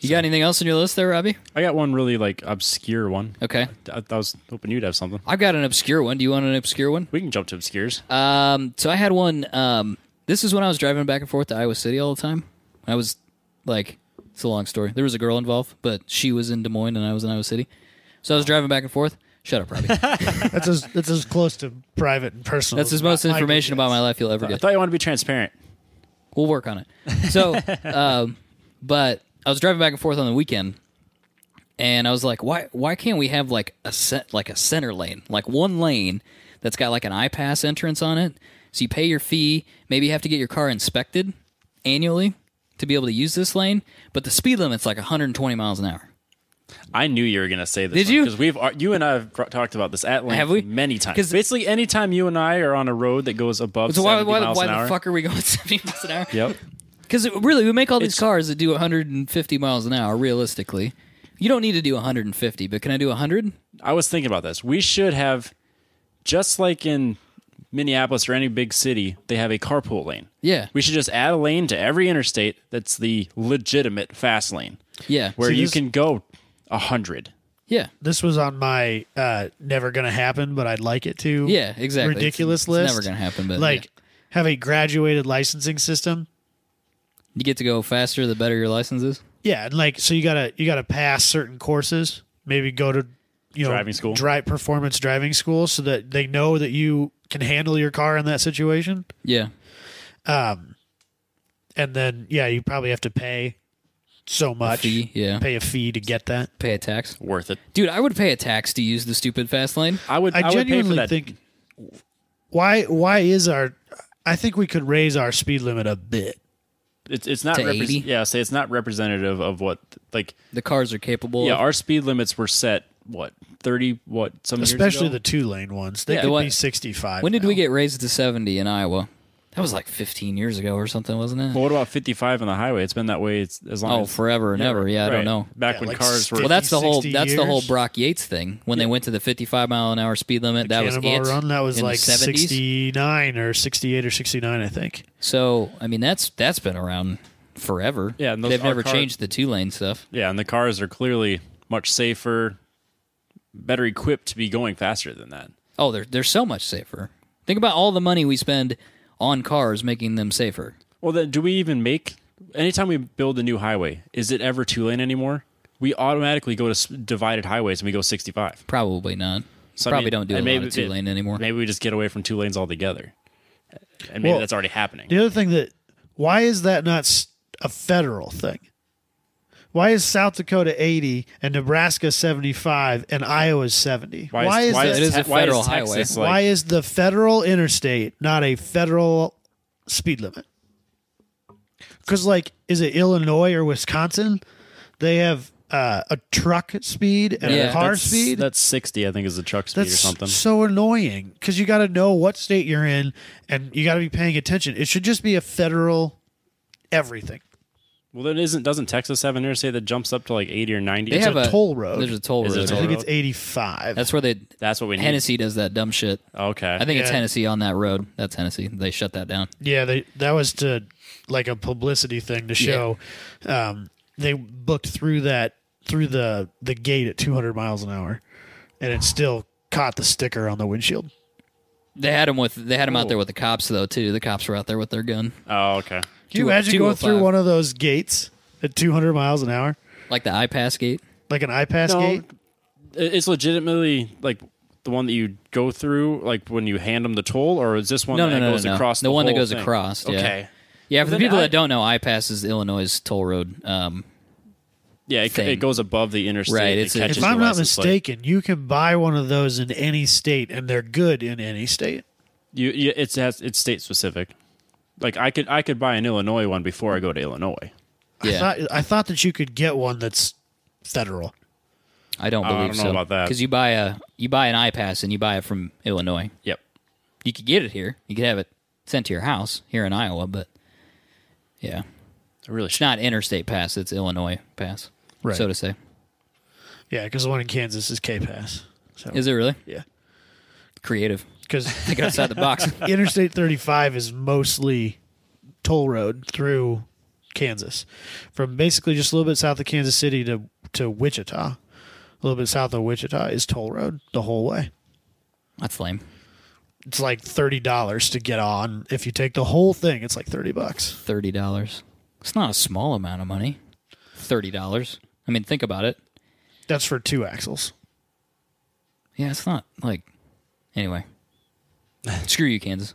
You got anything else on your list there, Robbie? I got one really like obscure one. Okay. I, I was hoping you'd have something. I've got an obscure one. Do you want an obscure one? We can jump to obscures. Um, so I had one. Um, this is when I was driving back and forth to Iowa City all the time. I was like, it's a long story. There was a girl involved, but she was in Des Moines and I was in Iowa City. So I was driving back and forth. Shut up, Robbie. That's as that's as close to private and personal. That's as as most I- I information can get. about my life you'll ever I get. thought you wanted to be transparent. We'll work on it. So, um, but I was driving back and forth on the weekend, and I was like, why why can't we have like a set like a center lane, like one lane that's got like an iPass entrance on it? So you pay your fee, maybe you have to get your car inspected annually to be able to use this lane, but the speed limit's like 120 miles an hour. I knew you were going to say this. Did you? Because we've ar- you and I have br- talked about this at length. Have we? Many times. 'Cause- Basically, anytime you and I are on a road that goes above So why 70 why, miles why an the hour. fuck are we going 70 miles an hour? Yep. Because really, we make all these It's- cars that do 150 miles an hour. Realistically, you don't need to do 150, but can I do 100? I was thinking about this. We should have, just like in Minneapolis or any big city, they have a carpool lane. Yeah. We should just add a lane to every interstate that's the legitimate fast lane. Yeah. where See, you this- can go a hundred. Yeah. This was on my uh, never gonna happen, but I'd like it to. Yeah, exactly. Ridiculous It's- list. it's never gonna happen, but, like yeah. have a graduated licensing system. You get to go faster the better your license is. Yeah, and like so you gotta you gotta pass certain courses. Maybe go to you know Driving school. drive performance driving school, so that they know that you can handle your car in that situation. Yeah. and then yeah, you probably have to pay so much, fee, yeah. pay a fee to get that. Pay a tax, Worth it. dude. I would pay a tax to use the stupid fast lane. I would. I, I, would pay for genuinely that. think why why is our I think we could raise our speed limit a bit. it's it's not. to repres- 80? yeah, say it's not representative of what like. The cars are capable. Yeah, of, our speed limits were set what thirty what some years Especially ago? the two lane ones. They Yeah. could What- be sixty five. when did we get raised to seventy in Iowa? That was like fifteen years ago or something, wasn't it? But what about fifty five on the highway? It's been that way it's, as long. Oh, as, forever and ever. Yeah, I right. don't know. Back Yeah, when like cars were Well, that's the whole 50, that's the whole 60 years. Brock Yates thing. When they went to the 55 mile an hour speed limit, that was Cannonball it. Run? That was in the like 70s. sixty nine or sixty eight or sixty nine, I think. So I mean, that's that's been around forever. Yeah, and those- they've our never car- changed the two lane stuff. yeah, and the cars are clearly much safer, better equipped to be going faster than that. Oh, they're they're so much safer. Think about all the money we spend on cars making them safer. Well, then, do we even make? Anytime we build a new highway, is it ever two lane anymore? We automatically go to s- divided highways and we go sixty five. Probably not. So, I Probably mean, don't do a and lot maybe of two lane it- anymore. Maybe we just get away from two lanes altogether, and maybe Well, that's already happening. The other thing that why is that not s- a federal thing? Why is South Dakota 80 and Nebraska 75 and Iowa 70? Why is, that, It is Te- a federal why is Texas, highway. like- why is the federal interstate not a federal speed limit? Because like, is it Illinois or Wisconsin? They have uh, a truck speed and Yeah, a car that's, speed. That's sixty, I think, is the truck speed That's or something. so annoying because you got to know what state you're in and you got to be paying attention. It should just be a federal everything. Well, then isn't doesn't Texas have an interstate that jumps up to like eighty or ninety? They It's have a- a toll road. There's a toll Is it road. a toll I there. think it's 85. That's where they that's what we need. Hennessy does that dumb shit. Okay, I think it's Yeah. Hennessy on that road. That's Hennessy. They shut that down. yeah, they, that was to like a publicity thing to show. Um, they booked through that through the the gate at 200 miles an hour, and it still caught the sticker on the windshield. They had him with they had him out there with the cops though too. The cops were out there with their gun, Oh, okay. Can you Two- imagine going 205. through one of those gates at 200 miles an hour, like the iPass gate. like an iPass No, gate? It- It's legitimately like the one that you go through, like when you hand them the toll, or is this one No, that no, no, goes no, no. across? The one that whole goes thing? across, yeah. Okay. Yeah, for Well, the then people I- that don't know, iPass is Illinois' toll road. Um, Yeah, it, thing. it goes above the interstate. Right, It it's a- catches If I'm your not license plate. mistaken, you can buy one of those in any state, and they're good in any state. you, you it's has it's state specific. Like I could I could buy an Illinois one before I go to Illinois. Yeah. I thought I thought that you could get one that's federal. I don't Oh, I believe don't know so. about that. because you buy a you buy an iPass and you buy it from Illinois. Yep. You could get it here. You could have it sent to your house here in Iowa, but yeah, I really it's should. not interstate pass. It's Illinois pass, Right. so to say. Yeah, because the one in Kansas is K Pass. So Is it really yeah, creative? because Think outside the box. Interstate 35 is mostly toll road through Kansas, from basically just a little bit south of Kansas City to to Wichita. A little bit south of Wichita is toll road the whole way. That's lame. It's like thirty dollars to get on. If you take the whole thing, it's like thirty bucks. Thirty dollars. It's not a small amount of money. Thirty dollars. I mean, think about it. That's for two axles. Yeah, it's not like. Anyway, screw you, Kansas.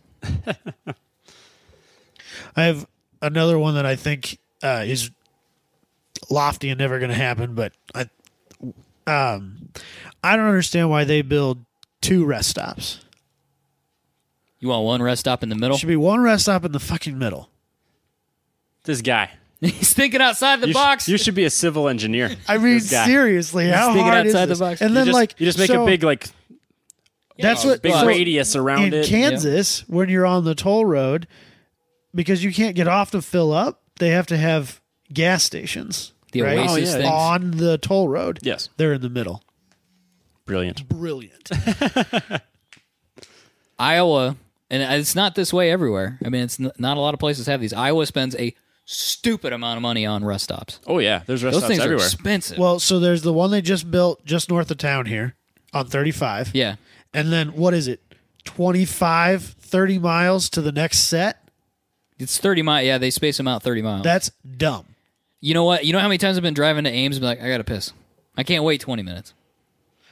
I have another one that I think uh, is lofty and never going to happen, but I, um, I don't understand why they build two rest stops. You want one rest stop in the middle? Should be one rest stop in the fucking middle. This guy. He's thinking outside the You sh- box. you should be a civil engineer. I mean, This guy. seriously, how thinking hard is outside the this? box. And You then, just, like, you just make so a big like that's what big so radius around in it. Kansas when you're on the toll road because you can't get off to fill up. They have to have gas stations The right? Oasis Oh, yeah. things. on the toll road. yes. They're in the middle. Brilliant. Brilliant. Iowa, and it's not this way everywhere. I mean, it's n- not a lot of places have these. Iowa spends a stupid amount of money on rest stops. Oh yeah, there's rest Those stops things are everywhere. expensive. Well, so there's the one they just built just north of town here on 35. yeah, And then what is it? 25, 30 miles to the next set? it's thirty mile. Yeah, they space them out thirty miles. That's dumb. you know what? You know how many times I've been driving to Ames and be like, I gotta piss. I can't wait twenty minutes.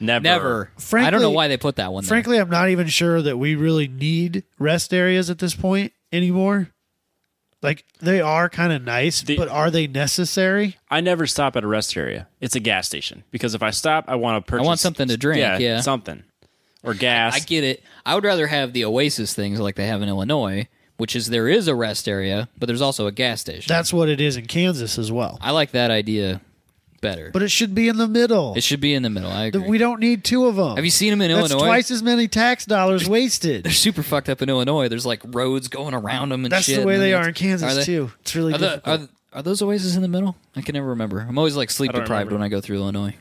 Never. Never. I don't Frankly- know why they put that one. there. Frankly, I'm not even sure that we really need rest areas at this point anymore. Like they are kind of nice, The- but are they necessary? I never stop at a rest area. It's a gas station because if I stop, I want to purchase. something to drink, yeah. something or gas. I get it. I would rather have the Oasis things like they have in Illinois, which is there is a rest area, but there's also a gas station. That's what it is in Kansas as well. I like that idea better. But it should be in the middle. it should be in the middle. I agree. we don't need two of them. have you seen them in That's Illinois? twice as many tax dollars wasted. They're super fucked up in Illinois. There's like roads going around them and That's shit. the way and they it's- are in Kansas are they- too. It's really Are, the- difficult. are, are those oases in the middle? I can never remember. I'm always like sleep don't deprived when remember. I go through Illinois.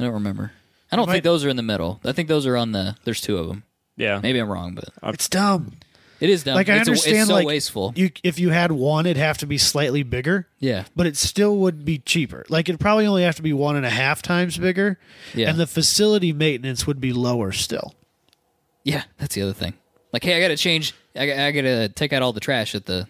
I don't remember. I don't think might- those are in the middle. I think those are on the. There's two of them. yeah, Maybe I'm wrong, but it's dumb. it is dumb. Uh, Like I it's, a- understand, it's so like wasteful. you if you had one, it'd have to be slightly bigger. yeah, but it still would be cheaper. Like it'd probably only have to be one and a half times bigger. Yeah. And the facility maintenance would be lower still. yeah. That's the other thing. Like, hey, I gotta change. I, got- I gotta take out all the trash at the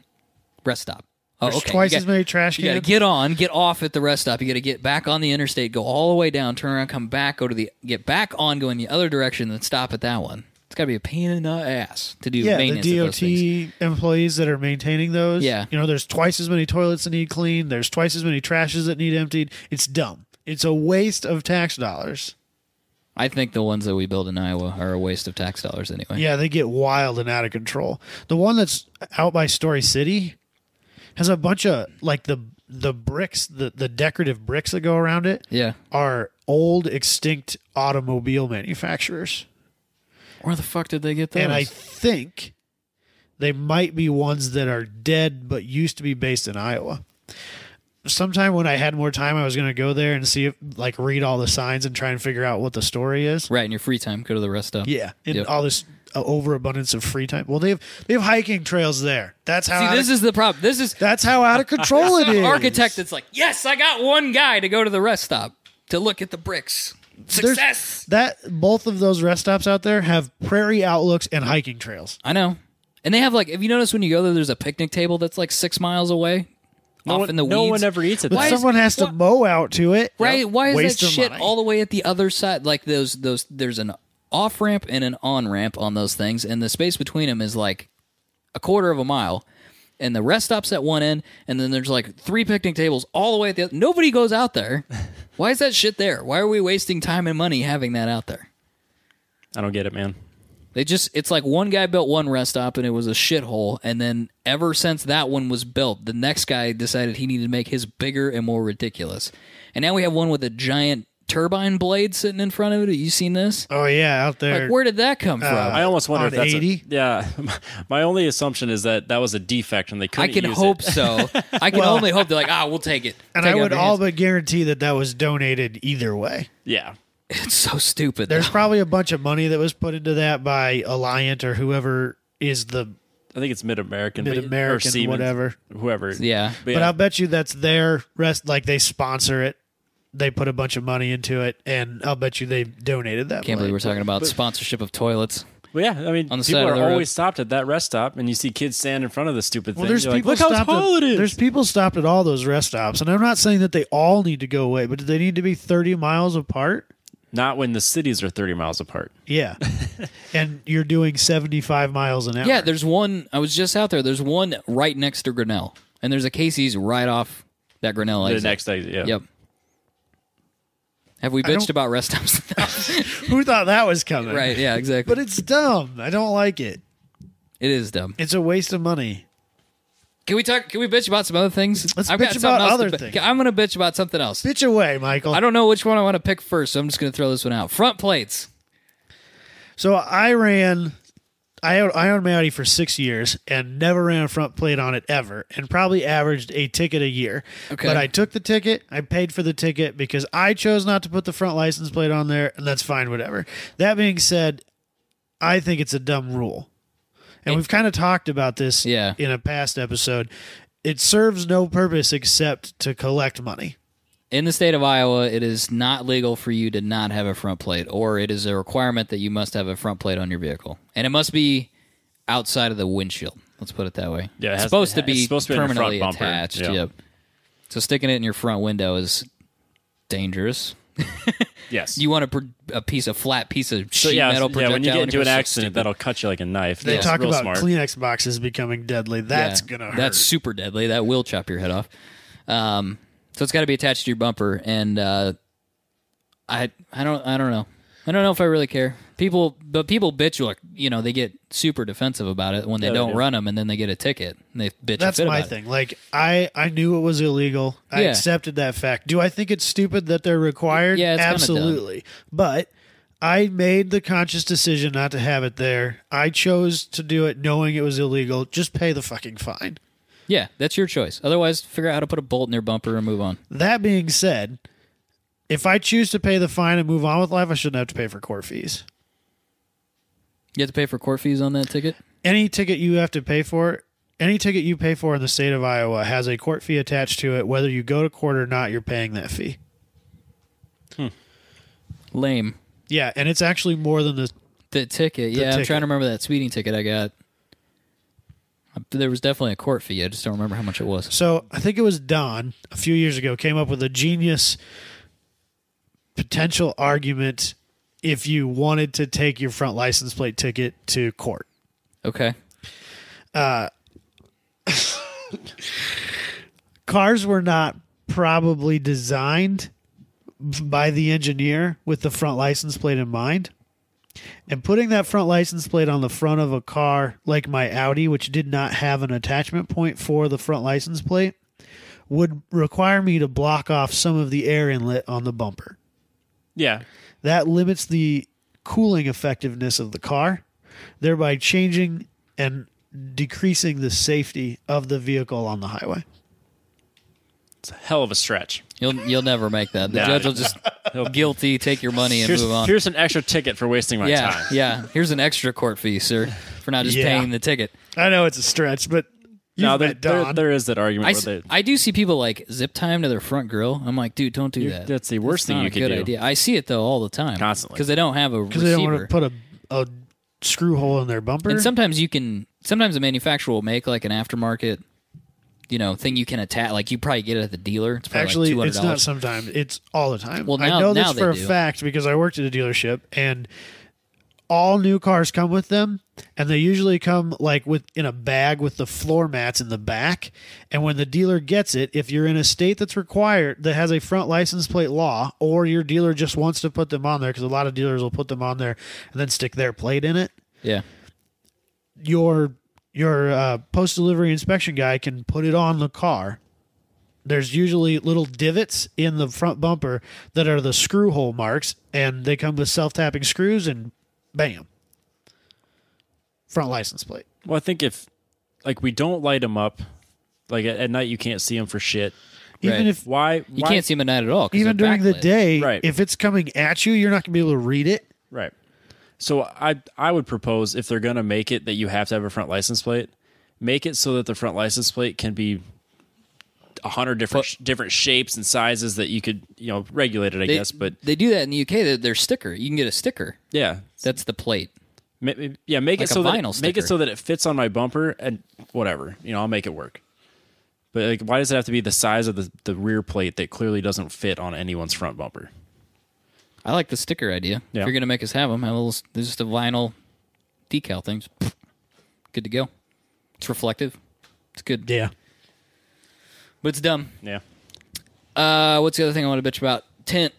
rest stop. Oh, There's okay. twice You as got- many trash You got to cans. get on, get off at the rest stop. You got to get back on the interstate, go all the way down, turn around, come back, go to the get back on, go in the other direction, then stop at that one. It's got to be a pain in the ass to do yeah, maintenance. of those things. the DOT employees that are maintaining those. Yeah. You know, there's twice as many toilets that need cleaned. There's twice as many trashes that need emptied. It's dumb. It's a waste of tax dollars. I think the ones that we build in Iowa are a waste of tax dollars anyway. Yeah, they get wild and out of control. The one that's out by Story City has a bunch of like the the bricks, the, the decorative bricks that go around it. Yeah. are old extinct automobile manufacturers. Where the fuck did they get those? And I think they might be ones that are dead but used to be based in Iowa. Sometime when I had more time, I was going to go there and see if, like, read all the signs and try and figure out what the story is. right in your free time, go to the rest stop. Yeah. And Yep. all this uh, overabundance of free time. Well, they have, they have hiking trails there. That's how, See, out this of, is the problem. This is that's how out of control it is. architect that's like, yes, I got one guy to go to the rest stop to look at the bricks. There's- Success. That both of those rest stops out there have prairie outlooks and hiking trails. I know. And they have like, if you notice when you go there, there's a picnic table that's like six miles away, no off one, in the no weeds. one ever eats at Why that. is- someone has to why- mow out to it. Right? Yep. Why is Waste that of shit money. all the way at the other side? Like those, those. There's an off ramp and an on ramp on those things, and the space between them is like a quarter of a mile. And the rest stops at one end, and then there's like three picnic tables all the way at the. other. Nobody goes out there. Why is that shit there? Why are we wasting time and money having that out there? I don't get it, man. They just it's like one guy built one rest stop and it was a shithole and then ever since that one was built, the next guy decided he needed to make his bigger and more ridiculous. And now we have one with a giant turbine blade sitting in front of it. Have you seen this? Oh yeah, out there. Like where did that come from? I almost wonder on if that's a- 80? yeah. My only assumption is that that was a defect and they I couldn't. can use hope It. so. I can only hope they're like, ah, we'll take it. and Take I it off would your all hands." but guarantee that that was donated either way. Yeah. it's so stupid. There's There's probably a bunch of money that was put into that by Alliant or whoever is the I think it's Mid American, mid American, whatever. whoever. yeah. But But, yeah, I'll bet you that's their rest. Like they sponsor it, they put a bunch of money into it, and I'll bet you they donated that. money. Can't believe we're talking about sponsorship of toilets. Well, yeah, I mean, on the people side of are the road. always stopped at that rest stop, and you see kids stand in front of the stupid thing. Well, there's You're like, people Look how stopped tall at, it is. There's people stopped at all those rest stops, and I'm not saying that they all need to go away, but do they need to be 30 miles apart? Not when the cities are 30 miles apart. Yeah. and you're doing 75 miles an hour. Yeah, there's one. I was just out there. There's one right next to Grinnell, and there's a Casey's right off that Grinnell The exit. next day, yeah. Yep. Have we don't- bitched about rest stops? Who thought that was coming? right. Yeah. Exactly. But it's dumb. I don't like it. it is dumb. It's a waste of money. Can we talk? Can we bitch about some other things? Let's bitch something about else other to bi- things. Okay, I'm gonna bitch about something else. Bitch away, Michael. I don't know which one I want to pick first, so I'm just gonna throw this one out. Front plates. So I ran. I owned, I owned my Audi for six years and never ran a front plate on it ever, and probably averaged a ticket a year. Okay. But I took the ticket, I paid for the ticket because I chose not to put the front license plate on there, and that's fine, whatever. That being said, I think it's a dumb rule. And we've kind of talked about this Yeah. in a past episode. It serves no purpose except to collect money. In the state of Iowa, it is not legal for you to not have a front plate, or it is a requirement that you must have a front plate on your vehicle, and it must be outside of the windshield. Let's put it that way. Yeah, it it's has- supposed to it's be supposed to be on your front permanently bumper. attached. Yeah. Yep. So sticking it in your front window is dangerous. Yes. You want a, pro- a piece of flat piece of sheet so yeah, metal projectile? yeah, when you get and it into an goes so accident, stupid. that'll cut you like a knife. They That's talk real about smart. Kleenex boxes becoming deadly. That's Yeah. gonna hurt. That's super deadly. That will chop your head off. Um, so it's got to be attached to your bumper, and uh, I I don't I don't know. I don't know if I really care. People, but people bitch like you know they get super defensive about it when they Yeah, they don't 'em do. run them, and then they get a ticket. And they bitch. and That's fit my about it. thing. Like I, I knew it was illegal. I Yeah. accepted that fact. Do I think it's stupid that they're required? Yeah, it's kinda dumb. absolutely. But I made the conscious decision not to have it there. I chose to do it knowing it was illegal. Just pay the fucking fine. Yeah, that's your choice. Otherwise, figure out how to put a bolt in your bumper and move on. That being said, if I choose to pay the fine and move on with life, I shouldn't have to pay for court fees. You have to pay for court fees on that ticket. Any ticket you have to pay for, any ticket you pay for in the state of Iowa has a court fee attached to it. Whether you go to court or not, you're paying that fee. Lame. Yeah, and it's actually more than the The ticket. yeah, I'm ticket. trying to remember that speeding ticket I got. There was definitely a court fee. I just don't remember how much it was. So I think it was Don a few years ago came up with a genius potential argument if you wanted to take your front license plate ticket to court. Okay. Cars were not probably designed by the engineer with the front license plate in mind. And putting that front license plate on the front of a car like my Audi, which did not have an attachment point for the front license plate, would require me to block off some of the air inlet on the bumper. Yeah. that limits the cooling effectiveness of the car, thereby changing and decreasing the safety of the vehicle on the highway. It's a hell of a stretch. You'll you'll never make that. The Nah. judge will just guilty, take your money, and Here's, move on. here's an extra ticket for wasting my yeah, time. yeah. Here's an extra court fee, sir, for not just Yeah. paying the ticket. I know it's a stretch, but you've No, there, met there, Don. there is that argument I, where s- they, I do see people like zip time to their front grill. I'm like, dude, don't do You- that. that's the worst thing not you a could good do. idea. I see it though all the time, Constantly. because they don't have a receiver. because they don't want to put a, a screw hole in their bumper. And sometimes you can. Sometimes a manufacturer will make like an aftermarket, you know, thing you can attach. Like you probably get it at the dealer. It's probably Actually, like it's $200. not sometimes. It's all the time. Well, now- I know this now they for a do. fact because I worked at a dealership and all new cars come with them and they usually come like with in a bag with the floor mats in the back and when the dealer gets it if you're in a state that's required that has a front license plate law or your dealer just wants to put them on there because a lot of dealers will put them on there and then stick their plate in it yeah. your your uh, post delivery inspection guy can put it on the car. There's usually little divots in the front bumper that are the screw hole marks, and they come with self tapping screws, and bam, front license plate. Well, I think if like we don't light them up, like at, at night you can't see them for shit. Even Right. if Why? You why- can't see them at night at all. 'cause even they're during the backlit. day, Right. if it's coming at you, you're not gonna be able to read it. Right. So I I would propose if they're gonna make it that you have to have a front license plate, make it so that the front license plate can be a hundred different sh different shapes and sizes that you could you know regulate it. I They, guess, but they do that in the UK. They're, they're sticker. You can get a sticker. yeah, That's the plate. Ma- ma- yeah. Make Like it a so that vinyl make sticker. it so that it fits on my bumper and whatever. You know, I'll make it work. But like, why does it have to be the size of the, the rear plate that clearly doesn't fit on anyone's front bumper? I like the sticker idea. Yeah. If you're gonna make us have them, have a little, there's just a vinyl decal thing. Just pfft, Good to go. It's reflective. It's good, Yeah. but it's dumb. Yeah. Uh, what's the other thing I want to bitch about? Tint.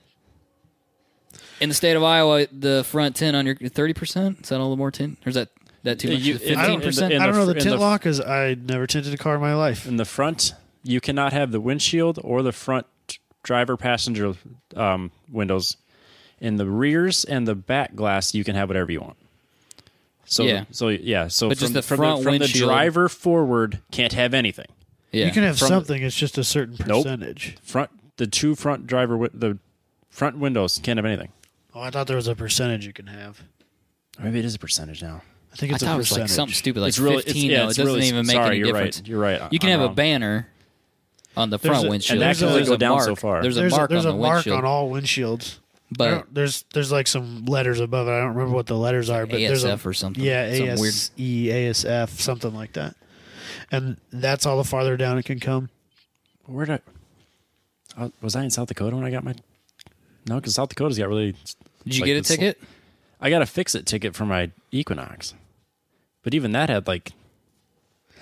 In the state of Iowa, the front tint on your thirty percent is that all the more tint, or is that that too Yeah, much? you- in the- Fifteen in percent. I don't the know fr- the in tint the f- law because I never tinted a car in my life. in the front, you cannot have the windshield or the front driver passenger um, windows. In the rears and the back glass, you can have whatever you want. So Yeah. so yeah, so But from, just the from front the, from the windshield- driver forward can't have anything. Yeah, You can have from- something; it's just a certain Nope. percentage. Front the two front driver wi- the front windows can't have anything. Oh, I thought there was a percentage you can have. Or maybe it is a percentage now. I think I it's thought a it was percentage. like something stupid, like it's really it's, fifteen. yeah, though. it's it doesn't really- even make sorry, any you're difference. Right, you're right. I- You can I'm have a wrong. banner on the There's front a- and windshield. that can There's only go a down so mark. far. There's a there's mark a, there's on a the mark windshield, on all windshields. I but don't- there's there's like some letters above it. I don't remember what the letters are, but there's a, ASF or something. Yeah, E Something ASE, weird. ASF, something like that. And that's all the farther down it can come. Where did I, uh, was I in South Dakota when I got my No, because South Dakota's got really. Did you like, get a this- ticket? I got a fix it ticket for my Equinox, but even that had like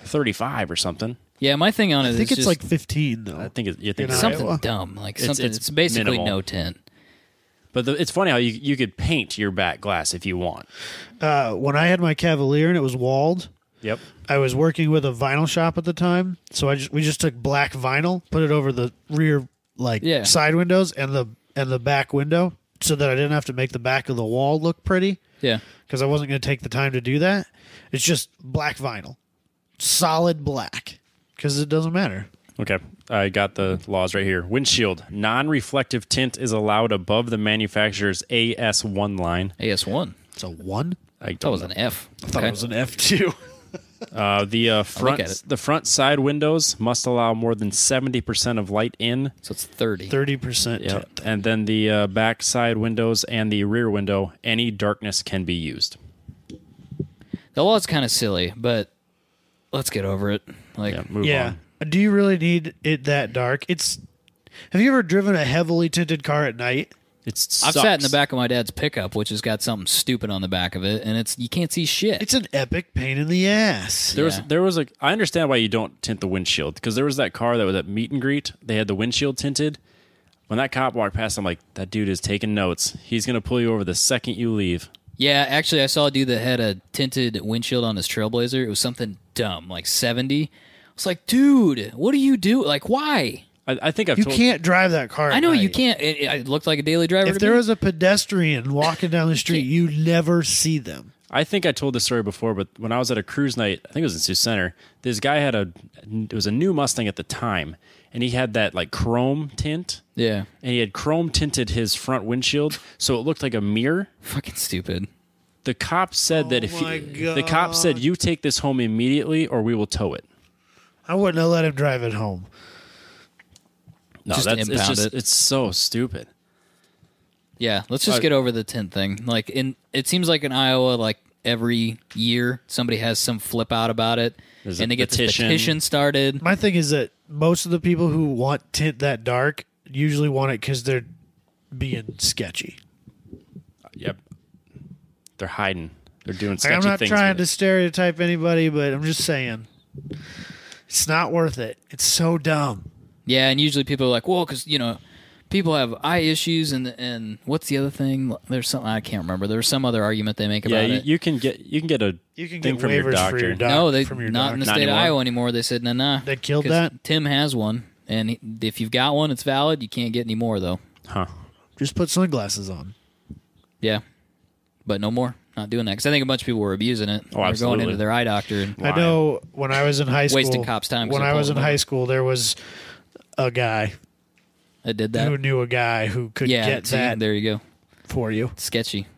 thirty five or something. Yeah, my thing on it I think is it's just like 15 though. I think it, you think You know, it's something Iowa. dumb, like It's- something. It's, it's basically minimal. no tint. But the, it's funny how you, you could paint your back glass if you want. Uh, when I had my Cavalier and it was walled, Yep. I was working with a vinyl shop at the time, so I just we just took black vinyl, put it over the rear like Yeah. side windows and the and the back window, so that I didn't have to make the back of the wall look pretty Yeah, because I wasn't going to take the time to do that. It's just black vinyl, solid black, because it doesn't matter. Okay. I got the laws right here. Windshield non reflective tint is allowed above the manufacturer's AS1 line. AS one. It's a one. I That don't was an F. Thought Okay. it was an F two. Uh, the at uh, it. front the front side windows must allow more than seventy percent of light in. so it's thirty. Thirty percent. And then the uh, back side windows and the rear window, any darkness can be used. The law's kind of silly, but let's get over it. Like, Yeah, move Yeah. on. Do you really need it that dark? It's. Have you ever driven a heavily tinted car at night? It's I've sat in the back of my dad's pickup, which has got something stupid on the back of it, and it's you can't see shit. It's an epic pain in the ass. There was Yeah. there was a I understand why you don't tint the windshield because there was that car that was at meet and greet. They had the windshield tinted. When that cop walked past, I'm like, that dude is taking notes. He's gonna pull you over the second you leave. yeah, actually, I saw a dude that had a tinted windshield on his Trailblazer. It was something dumb, like seventy. I was like, dude, what do you do? Like, why? I, I think I've You told can't drive that car. at I know you night. can't. It, it- it looked like a daily driver. If to there me. was a pedestrian walking down the street, you never see them. I think I told this story before, but when I was at a cruise night, I think it was in Sioux Center. This guy had a it was a new Mustang at the time, and he had that like chrome tint, yeah, and he had chrome tinted his front windshield, so it looked like a mirror. fucking stupid. The cop said that if Oh my you, the cop said you take this home immediately or we will tow it. I wouldn't have let him drive it home. No, Just that's it's impound just it. it's so stupid. Yeah, let's just Uh, get over the tent thing. Like in it seems like in Iowa, like every year somebody has some flip out about it, There's a and they get petition. this petition started. My thing is that most of the people who want tint that dark usually want it because they're being sketchy. Yep, they're hiding. They're doing Like, sketchy I'm not things. trying to with stereotype anybody, but I'm just saying it's not worth it. It's so dumb. Yeah, and usually people are like, "Well, because you know, people have eye issues, and and what's the other thing? There's some I can't remember. There's some other argument they make it. yeah. about You, it. you can get you can get a You can thing get from waivers your doctor. for your doctor. no, they from your not in the doc- state of Not Iowa anymore. They said, "Nah, nah." They killed 'Cause that? Tim has one, and he, if you've got one, it's valid. You can't get any more though. Huh? Just put sunglasses on. Yeah, but no more. Not doing that because I think a bunch of people were abusing it. They're going Oh, absolutely. into their eye doctor and I know when I was in high school, Wasted cops' time 'cause When they I pulled was in them over. high school, there was a guy I did that. who knew a guy who could yeah, get see, that there you go. for you. Sketchy.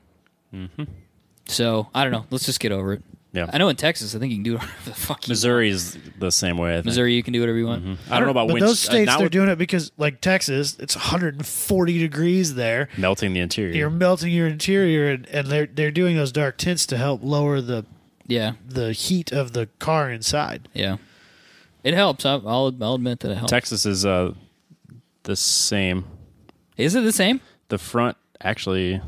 So I don't know. Let's just get over it. Mm-hmm. Yeah. I know in Texas, I think you can do whatever the fuck. you- Missouri Mm-hmm. is the same way. I think. Missouri, you can do whatever you want. I don't know about But winch- those uh, states, now they're with doing it because, like Texas, it's 140 degrees there. melting the interior. You're melting your interior, and, and they're they're doing those dark tints to help lower the Yeah, the heat of the car inside. yeah. It helps. I'll I'll, I'll admit that it helps. Texas is uh the same. Is it the same? The front actually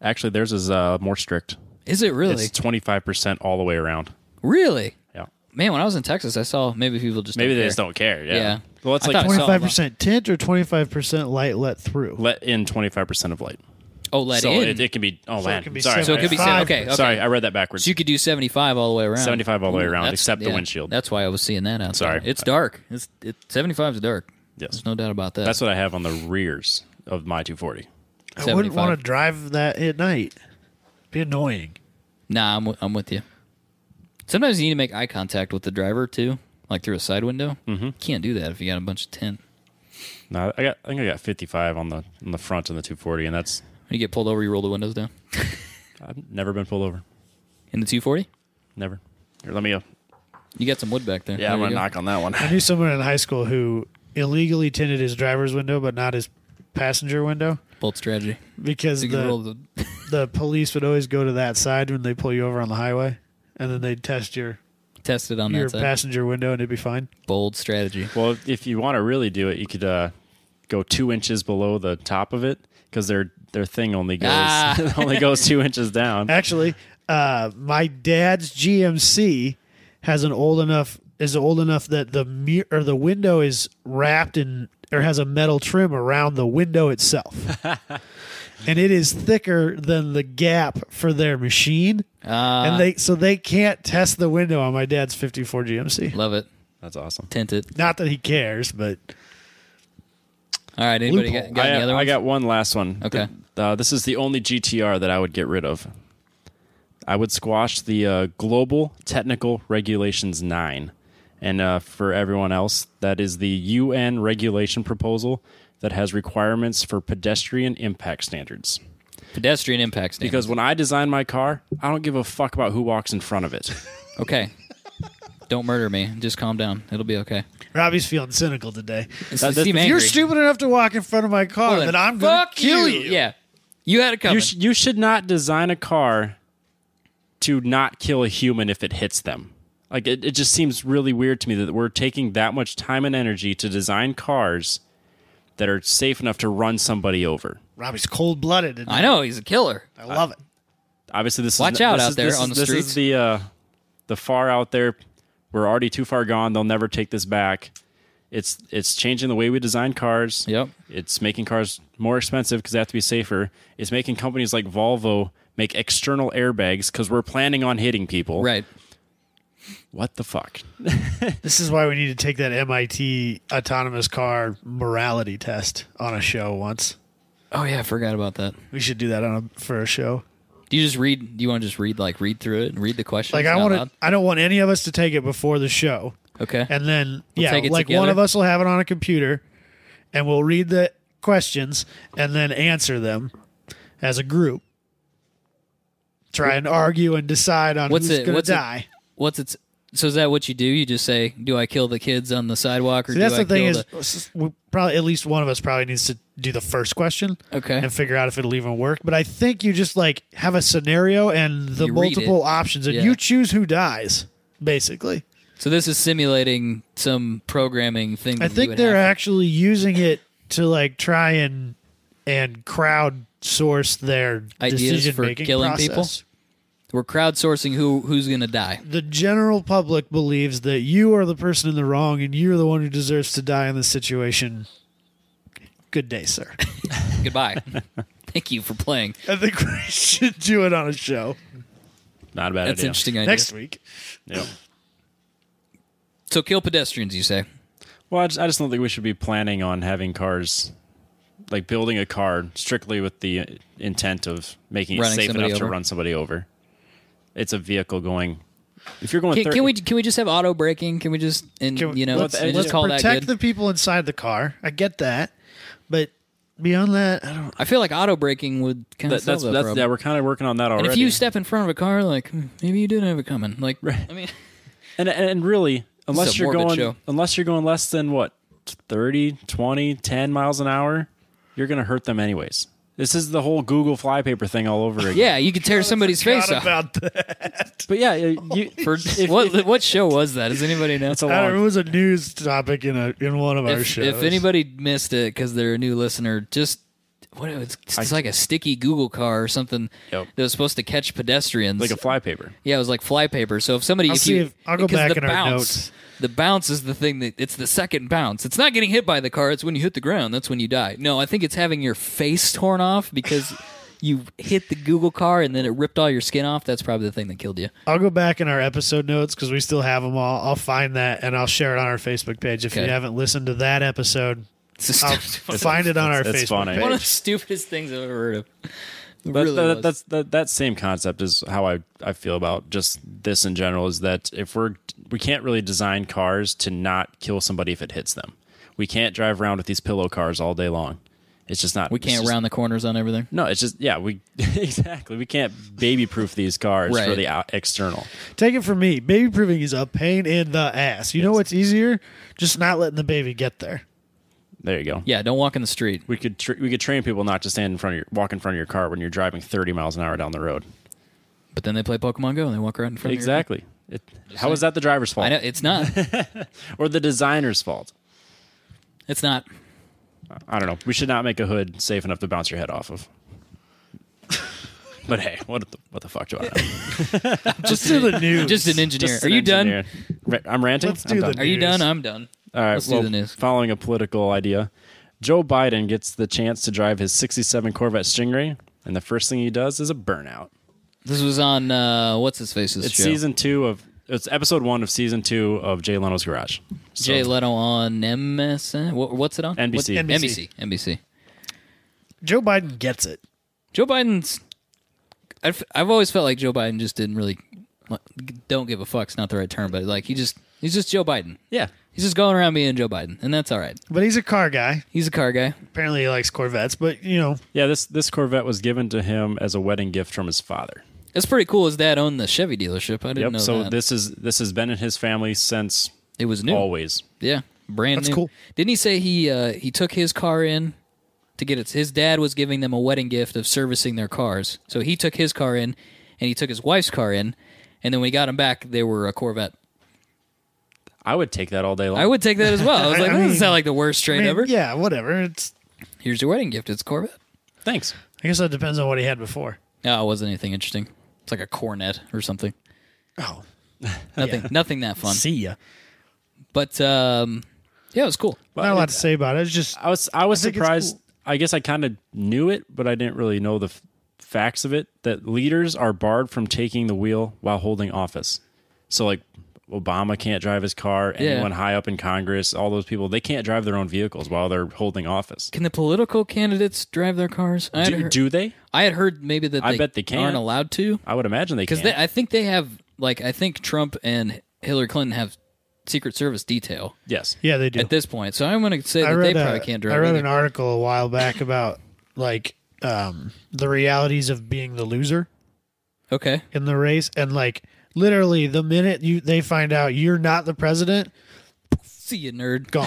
actually theirs is uh more strict. Is it really? It's twenty five percent all the way around. really? Yeah. Man, when I was in Texas, I saw maybe people just Maybe don't they care. just don't care. Yeah. Yeah. Well it's I like thought- saw 25% tint or 25% light let through. let in twenty five percent of light. Oh, let so in. It, it can be oh So it man. can be sorry. so it could be Five. seven. Okay, okay. Sorry, I read that backwards. So you could do seventy-five all the way around. 75 all the way around, That's- except the yeah. windshield. That's why I was seeing that out. Sorry. there. it's dark. It's it, seventy-five is dark. Yes. There's no doubt about that. That's what I have on the rears of my two forty. I wouldn't 75. want to drive that at night. Be annoying. Nah, I'm, w- I'm with you. Sometimes you need to make eye contact with the driver too, like through a side window. Mm-hmm. Can't do that if you got a bunch of tint. No, I got I think I got fifty five on the on the front of the two forty and that's When you get pulled over, you roll the windows down. I've never been pulled over. In the 240, Never. Here, let me uh, you got some wood back there. Yeah, There I'm you gonna go. knock on that one. I knew someone in high school who illegally tinted his driver's window, but not his passenger window Bolt strategy. because So you can roll the, the. the police would always go to that side when they pull you over on the highway, and then they'd test your Test it on your that side. passenger window and it'd be fine. Bold strategy. Well, if- if you want to really do it, you could uh, go two inches below the top of it because their their thing only goes Ah. only goes two inches down. Actually, uh, my dad's GMC has an old enough is old enough that the mirror or the window is wrapped in or has a metal trim around the window itself. and it is thicker than the gap for their machine. Ah. and they so they can't test the window on my dad's 54 GMC. Love it. That's awesome. Tint it. Not that he cares, but All right. Anybody got, got I, any other I ones? got one last one. Okay. Th- uh, this is the only GTR that I would get rid of. I would squash the uh, Global Technical Regulations 9. And uh, for everyone else, that is the UN regulation proposal that has requirements for pedestrian impact standards. Pedestrian impact standard. Because when I design my car, I don't give a fuck about who walks in front of it. okay. Don't murder me. Just calm down. It'll be okay. Robbie's feeling cynical today. It's That- the that- seem if angry. You're stupid enough to walk in front of my car, Well, then then I'm going fuck to kill you. you. Yeah. You had it coming. you, sh- you should not design a car to not kill a human if it hits them. Like it, it just seems really weird to me that we're taking that much time and energy to design cars that are safe enough to run somebody over. Robbie's cold-blooded. And I know he's a killer. Oh. I love it. Obviously, this Watch is, out this out is- there this on is- the This streets. is the uh, the far out there. We're already too far gone. They'll never take this back. It's it's changing the way we design cars. Yep. It's making cars more expensive because they have to be safer. It's making companies like Volvo make external airbags because we're planning on hitting people. Right. What the fuck? This is why we need to take that MIT autonomous car morality test on a show once. Oh yeah, I forgot about that. We should do that on a, for a show. Do you just read? Do you want to just read like read through it and read the questions? Like I out want to. loud? I don't want any of us to take it before the show, Okay. and then yeah, take it like one together. of us will have it on a computer, and we'll read the questions and then answer them as a group. Try and argue and decide on What's who's it- going to what's it- die. What's it's? So is that what you do? You just say, "Do I kill the kids on the sidewalk?" Or See, that's do I the thing kill is, s- we probably at least one of us probably needs to do the first question. Okay. and figure out if it'll even work. But I think you just like have a scenario and the You read multiple options, and Yeah. you choose who dies. Basically, So this is simulating some programming thing. I that you think would they're have. actually using it to like try and and crowd source their Ideas decision for making killing process. people? We're crowdsourcing who who's gonna die. The general public believes that you are the person in the wrong and you're the one who deserves to die in this situation. Good day, sir. Goodbye. Thank you for playing. I think we should do it on a show Not a bad That's idea. interesting idea. next week. Yep. So kill pedestrians, you say? Well, I just, I just don't think we should be planning on having cars, like building a car strictly with the uh, intent of making it Running safe somebody enough to over. run somebody over. It's a vehicle going. If you're going, Can, 30, can we can we just have auto braking? Can we just and Can we- you know let's- and let's just call that protect good? the people inside the car. I get that, but beyond that, I don't. I feel like auto braking would kind of solve That, that's that that's problem. yeah. We're kind of working on that already. And if you step in front of a car, like hmm, maybe you didn't have it coming. Like I mean, and and really, unless a you're morbid going, show. unless you're going less than what 30, 20, 10 miles an hour, you're going to hurt them anyways. This is the whole Google flypaper thing all over again. yeah, you could tear somebody's face Not off. about that. But yeah, you, For what what show was that? Does anybody know? that's a I don't know, it long. was a news topic in a in one of our If, shows. if anybody missed it because they're a new listener, just what it's, it's like a sticky Google car or something Yep. that was supposed to catch pedestrians. Like a flypaper. yeah, it was like flypaper. So if somebody, I'll if see you, if- I'll go because back the in our bounce, notes. The bounce is the thing that it's the second bounce. It's not getting hit by the car. It's when you hit the ground. That's when you die. No, I think it's having your face torn off because you hit the Google car and then it ripped all your skin off. That's probably the thing that killed you. I'll go back in our episode notes because we still have them all. I'll find that and I'll share it on our Facebook page. If you Okay. haven't listened to that episode, It's the I'll stupid- find it on our that's Facebook funny. One of page. the stupidest things I've ever heard of. It That, really that, was. that's that, that same concept is how I, I feel about just this in general is that if we're we can't really design cars to not kill somebody if it hits them. We can't drive around with these pillow cars all day long. It's just not we can't it's just- round the corners on everything. No, it's just yeah, we exactly. We can't baby proof these cars for Right. the out, external. Take it from me, baby proving is a pain in the ass. You know what's easier? Just not letting the baby get there. There you go. Yeah, don't walk in the street. We could tr we could train people not to stand in front of your walk in front of your car when you're driving 30 miles an hour down the road. But then they play Pokemon Go and they walk right in front Exactly. It, how is that the driver's of fault your I know it's not. or the designer's fault? it's not. I don't know. We should not make a hood safe enough to bounce your head off of. but hey, what the, what the fuck do I know? Just do the news. Just an engineer. Just Are an you done? engineer. Ra- I'm ranting. Let's I'm do done. the Are you News. done? I'm done. All right, Let's well, do the news. Following a political idea, Joe Biden gets the chance to drive his 67 Corvette Stingray, and the first thing he does is a burnout. This was on uh, what's his face's It's show. season two of it's episode one of season two of Jay Leno's Garage. So, Jay Leno on MSN. What, what's it on? NBC. What- NBC. NBC. NBC. Joe Biden gets it. Joe Biden's. I've, I've always felt like Joe Biden just didn't really. Don't give a fuck's not the right term, but like he just he's just Joe Biden. yeah, He's just going around being Joe Biden, and that's all right. But he's a car guy. He's a car guy. Apparently he likes Corvettes, but you know, yeah. This this Corvette was given to him as a wedding gift from his father. It's pretty cool. His dad owned the Chevy dealership. I didn't Yep. know So that. this is this has been in his family since it was new. always. Yeah, brand That's new. cool. Didn't he say he uh, he took his car in to get it? His dad was giving them a wedding gift of servicing their cars, so he took his car in, and he took his wife's car in, and then when he got them back, they were a Corvette. I would take that all day long. I would take that as well. I was like, I that doesn't mean- sound like the worst I trade mean, ever. yeah, whatever. It's Here's your wedding gift. It's a Corvette. Thanks. I guess that depends on what he had before. No, it wasn't anything interesting. It's like a cornet or something. Oh, Nothing. Nothing that fun. see ya. But um, yeah, it was cool. But Not a lot to say about it. It's just I was I was think it's surprised. cool. I guess I kind of knew it, but I didn't really know the f- facts of it. That leaders are barred from taking the wheel while holding office. So like Obama can't drive his car. Yeah. Anyone high up in Congress, all those people, they can't drive their own vehicles while they're holding office. Can the political candidates drive their cars? I had, Do, heard, do they? I had heard maybe that I bet they can. aren't allowed to. I would imagine they can. Because I think they have, like, I think Trump and Hillary Clinton have Secret Service detail yes. yeah, they do. at this point. So I'm going to say I that they read probably a- can't drive. I read either. an article a while back about like um, the realities of being the loser okay. in the race, and like literally the minute you they find out you're not the president, See you, nerd. gone.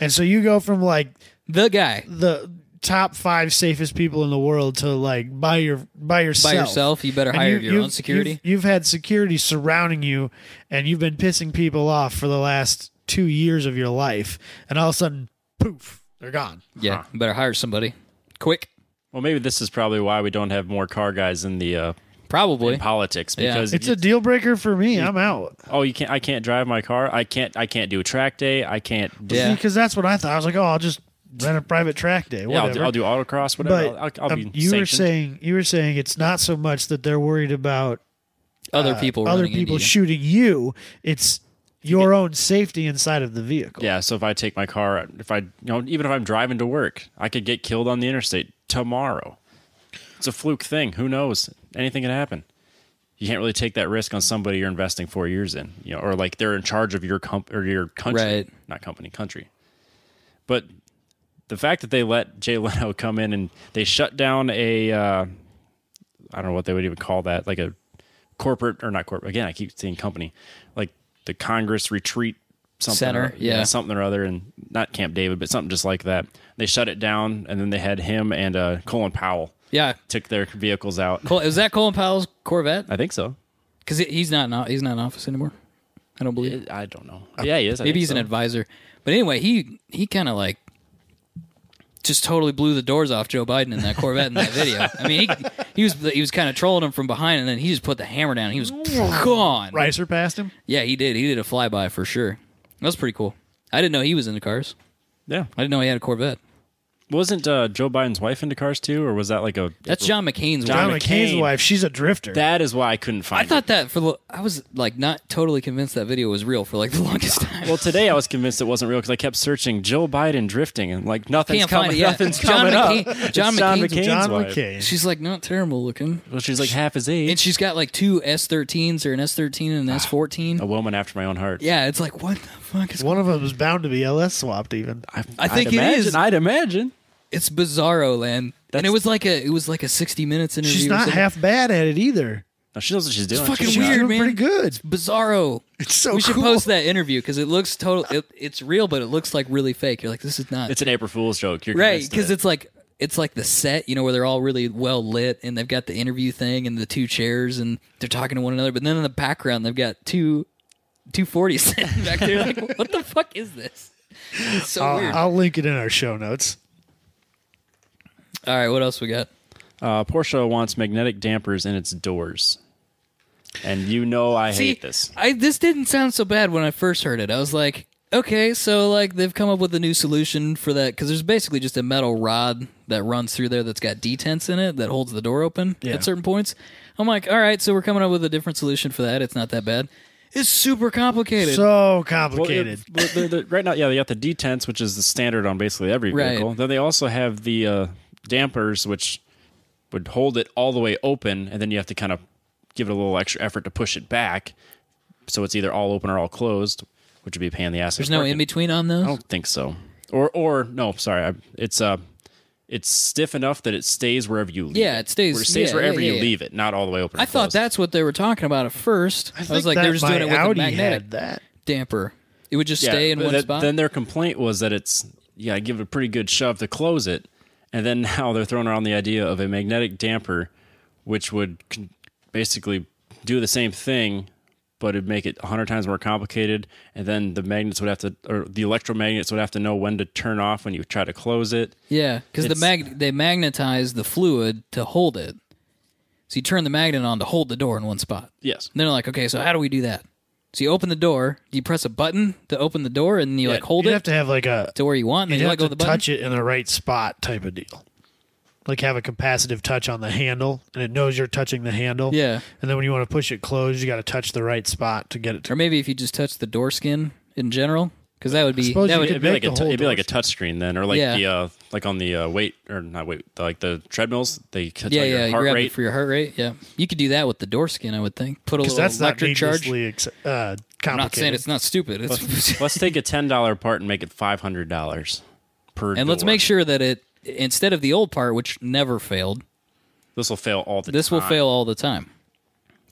and so you go from like The guy. the top five safest people in the world to like by your by yourself. By yourself, you better And hire you- your you've- own security. You've, you've had security surrounding you, and you've been pissing people off for the last two years of your life, and all of a sudden, poof, they're gone. yeah, you better hire somebody. Quick. Well, maybe this is probably why we don't have more car guys in the uh, Probably. politics Yeah. because It's a deal breaker for me. I'm out oh you can't I can't drive my car. I can't I can't do a track day. I can't. Yeah. because that's what I thought. I was like, oh, I'll just rent a private track day. Yeah, Whatever. I'll do, I'll do autocross. Whatever. but I'll, I'll, I'll be um, you were sanctioned. saying you were saying it's not so much that they're worried about other uh, people. other running into people you. shooting you. It's your own safety inside of the vehicle. Yeah, so if I take my car, if I, you know, even if I'm driving to work, I could get killed on the interstate tomorrow. It's a fluke thing. Who knows? Anything can happen. You can't really take that risk on somebody you're investing four years in, you know, or like they're in charge of your comp or your country, Right. not company, country. But the fact that they let Jay Leno come in and they shut down a, uh, I don't know what they would even call that, like a corporate or not corporate. Again, I keep saying company, like the Congress retreat something, Center, or, yeah, yeah. something or other, and not Camp David, but something just like that. They shut it down, and then they had him and uh, Colin Powell Yeah. took their vehicles out. Col- is that Colin Powell's Corvette? I think so. Because he's not in, o- he's not in office anymore. I don't believe. I don't know. Yeah, he is. I Maybe think he's an so. advisor. But anyway, he he kind of like just totally blew the doors off Joe Biden in that Corvette in that video. I mean, he he was he was kind of trolling him from behind, and then he just put the hammer down. He was gone. Ricer passed him. Yeah, he did. He did a flyby for sure. That was pretty cool. I didn't know he was into cars. Yeah, I didn't know he had a Corvette. wasn't uh, Joe Biden's wife into cars too, or was that like a? That's John McCain's. John wife. John McCain's McCain. wife. She's a drifter. That is why I couldn't find. I thought that for the I was like not totally convinced that video was real for like the longest time. it. Well, today I was convinced it wasn't real because I kept searching Joe Biden drifting and like nothing's Can't coming. find it, yeah. Nothing's John coming up. McCain- It's John McCain's- John wife. McCain. She's like not terrible looking. Well, she's like half his age. And she's got like two S13s or an S13 and an S14. a woman after my own heart. Yeah, it's like what the fuck is One of them is bound to be LS swapped. Even I, I I'd think it imagine, is. I'd imagine. it's bizarro land. and it That's- was like a it was like a 60 minutes interview. she's or not something. half bad at it either. No, she knows what she's doing. fucking She's She's weird, doing man. pretty good. bizarro. It's so we should cool. post that interview because it looks total. It, it's real, but it looks like really fake. You're like, this is not It's an April Fool's joke. You're right convinced of because it. it's like it's like the set, you know, where they're all really well lit and they've got the interview thing and the two chairs and they're talking to one another. But then in the background, they've got two. 240 sitting back there like what the fuck is this It's so weird. I'll, I'll link it in our show notes. All right, what else we got? Uh, Porsche wants magnetic dampers in its doors. And you know I hate this. I this didn't sound so bad when I first heard it. I was like, okay, so like they've come up with a new solution for that because there's basically just a metal rod that runs through there that's got detents in it that holds the door open at certain points. I'm like, all right, so we're coming up with a different solution for that. It's not that bad. It's super complicated. So Well, they're- complicated. well, they're- they're- right now, yeah, they got the detents, which is the standard on basically every Right. vehicle. Then they also have the uh, dampers, which would hold it all the way open, and then you have to kind of give it a little extra effort to push it back, so it's either all open or all closed, which would be a pain in the ass. there's no in between on those. I don't think so. Or or no, sorry, I, it's uh, it's stiff enough that it stays wherever you. Leave Yeah, it stays- Where it stays yeah, wherever yeah, you yeah, yeah. leave it, not all the way open. or I thought closed. that's what they were talking about at first. I, was think like, that they were just doing my it with Audi a magnetic had that. damper. It would just Yeah, stay in but one that- spot. Then their complaint was that it's yeah, I give it a pretty good shove to close it, and then now they're throwing around the idea of a magnetic damper, which would con- basically do the same thing, but it'd make it hundred times more complicated. And then the magnets would have to, or the electromagnets would have to know when to turn off when you try to close it. Yeah, because the It's- mag they magnetize the fluid to hold it. So you turn the magnet on to hold the door in one spot. Yes. And they're like, okay, so how do we do that? So you open the door, you press a button to open the door, and you like hold You'd it have to have like a to where you want, and then you'd you have let go to of the button. touch it in the right spot type of deal. Like have a capacitive touch on the handle, and it knows you're touching the handle. Yeah, And then when you want to push it closed, you got to touch the right spot to get it or to. maybe if you just touch the door skin in general, because that would be suppose that you would could It'd be, Make like the a t- whole it'd be like a doors. touch screen then, or like Yeah. the uh, like on the uh, weight or not weight, like the treadmills. They could yeah tell your yeah you heart grab it rate. for your heart rate. Yeah, you could do that with the door skin, I would think. Put a Because little that's not electric charge. needlessly ex- uh, complicated. I'm not saying it's not stupid. It's Let's take a ten dollar part and make it five hundred dollars per. and let's make sure that it instead of the old part, which never failed, this will fail all the This time. will fail all the time.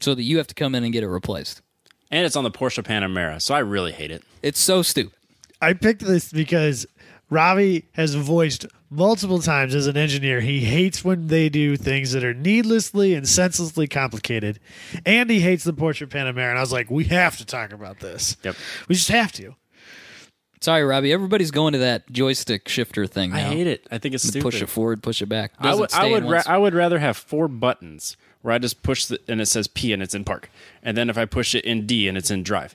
So that you have to come in and get it replaced. And it's on the Porsche Panamera, so I really hate it. It's so stupid. I picked this because Ravi has voiced multiple times as an engineer he hates when they do things that are needlessly and senselessly complicated, and he hates the Porsche Panamera. And I was like, we have to talk about this. Yep. We just have to. Sorry, Robbie. Everybody's going to that joystick shifter thing now. I hate it. I think it's stupid. Push it forward, push it back. I Doesn't would. stay I in would. one Ra- spot. I would rather have four buttons where I just push the, and it says P and it's in park, and then if I push it in D and it's in drive.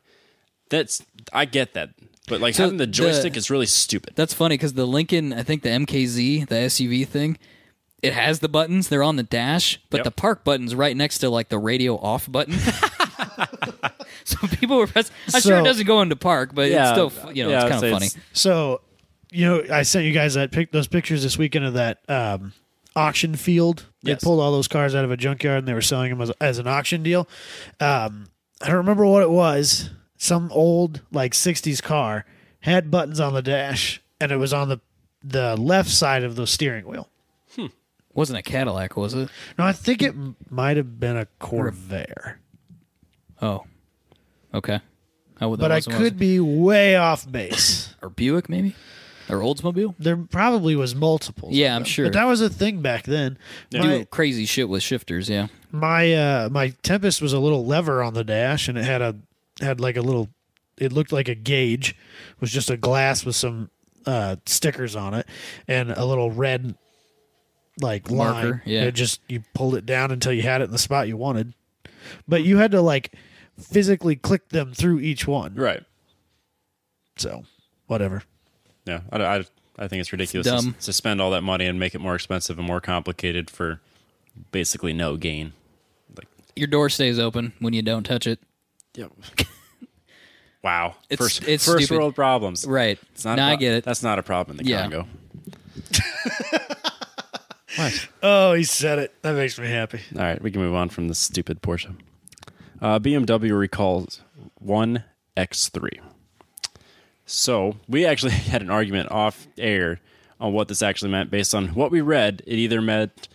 That's I get that, but like having the the- joystick is really stupid. That's funny because the Lincoln, I think the MKZ, the SUV thing, it has the buttons. They're on the dash, but Yep. the park button's right next to like the radio off button. so people were pressing. I'm sure it So- doesn't go into park, but it's Yeah, still, fu- you know, yeah, I'd it's kind say of funny. it's- So, you know, I sent you guys that pic- those pictures this weekend of that um, auction field. They Yes. pulled all those cars out of a junkyard and they were selling them as, as an auction deal. Um, I don't remember what it was. Some old like '60s car had buttons on the dash, and it was on the the left side of the steering wheel. Wasn't a Cadillac, was it? No, I think it m- might have been a Corvair, Oh, okay. I would, that but I wasn't what was could be way off base. or Buick maybe or Oldsmobile. There probably was multiple. Yeah, I'm sure. But that was a thing back then. My- Do crazy shit with shifters, yeah. my uh my tempest was a little lever on the dash and it had a had like a little it looked like a gauge it was just a glass with some uh stickers on it and a little red like line Marker, yeah. it just you pulled it down until you had it in the spot you wanted but you had to like physically click them through each one right. so whatever Yeah, I, I, I think it's ridiculous It's to, dumb. s- to spend all that money and make it more expensive and more complicated for basically no gain. Your door stays open when you don't touch it. Yep. wow. It's- first it's first stupid. world problems. Right. It's not a now I pro- get it. That's not a problem in the Yeah. Congo. oh he said it that makes me happy All right, we can move on from this stupid Porsche. Uh, BMW recalls one X3. So we actually had an argument off air on what this actually meant. Based on what we read, it either meant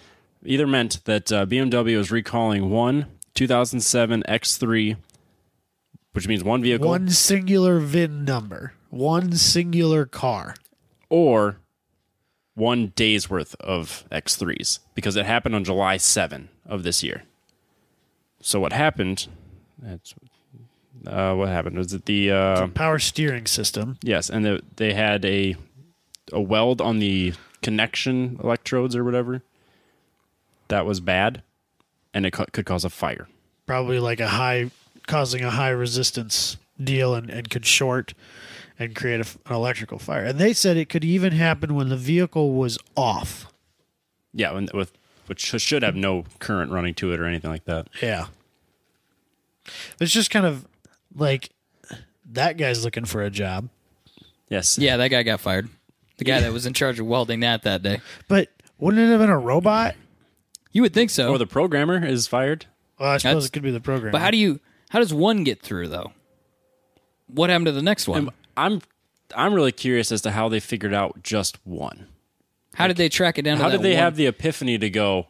either meant that uh, BMW is recalling one 2007 X3, which means one vehicle, one singular vin number one singular car or one day's worth of X3s because it happened on July 7 of this year. So what happened? That's uh, what happened? Was it the uh, Power steering system. yes? And the, they had a a weld on the connection electrodes or whatever that was bad, and it co- could cause a fire. Probably like a high, causing a high resistance deal and, and could short and create a f an electrical fire. And they said it could even happen when the vehicle was off. Yeah, and with which sh- should have no current running to it or anything like that. Yeah. It's just kind of like that guy's looking for a job. Yes. Yeah, that guy got fired. The guy that was in charge of welding that that day. But wouldn't it have been a robot? You would think so. Or the programmer is fired. Well, I suppose That's- it could be the program. but how do you? How does one get through though? What happened to the next one? I'm I'm really curious as to how they figured out just one. How did they track it down? to How did that they one? have the epiphany to go?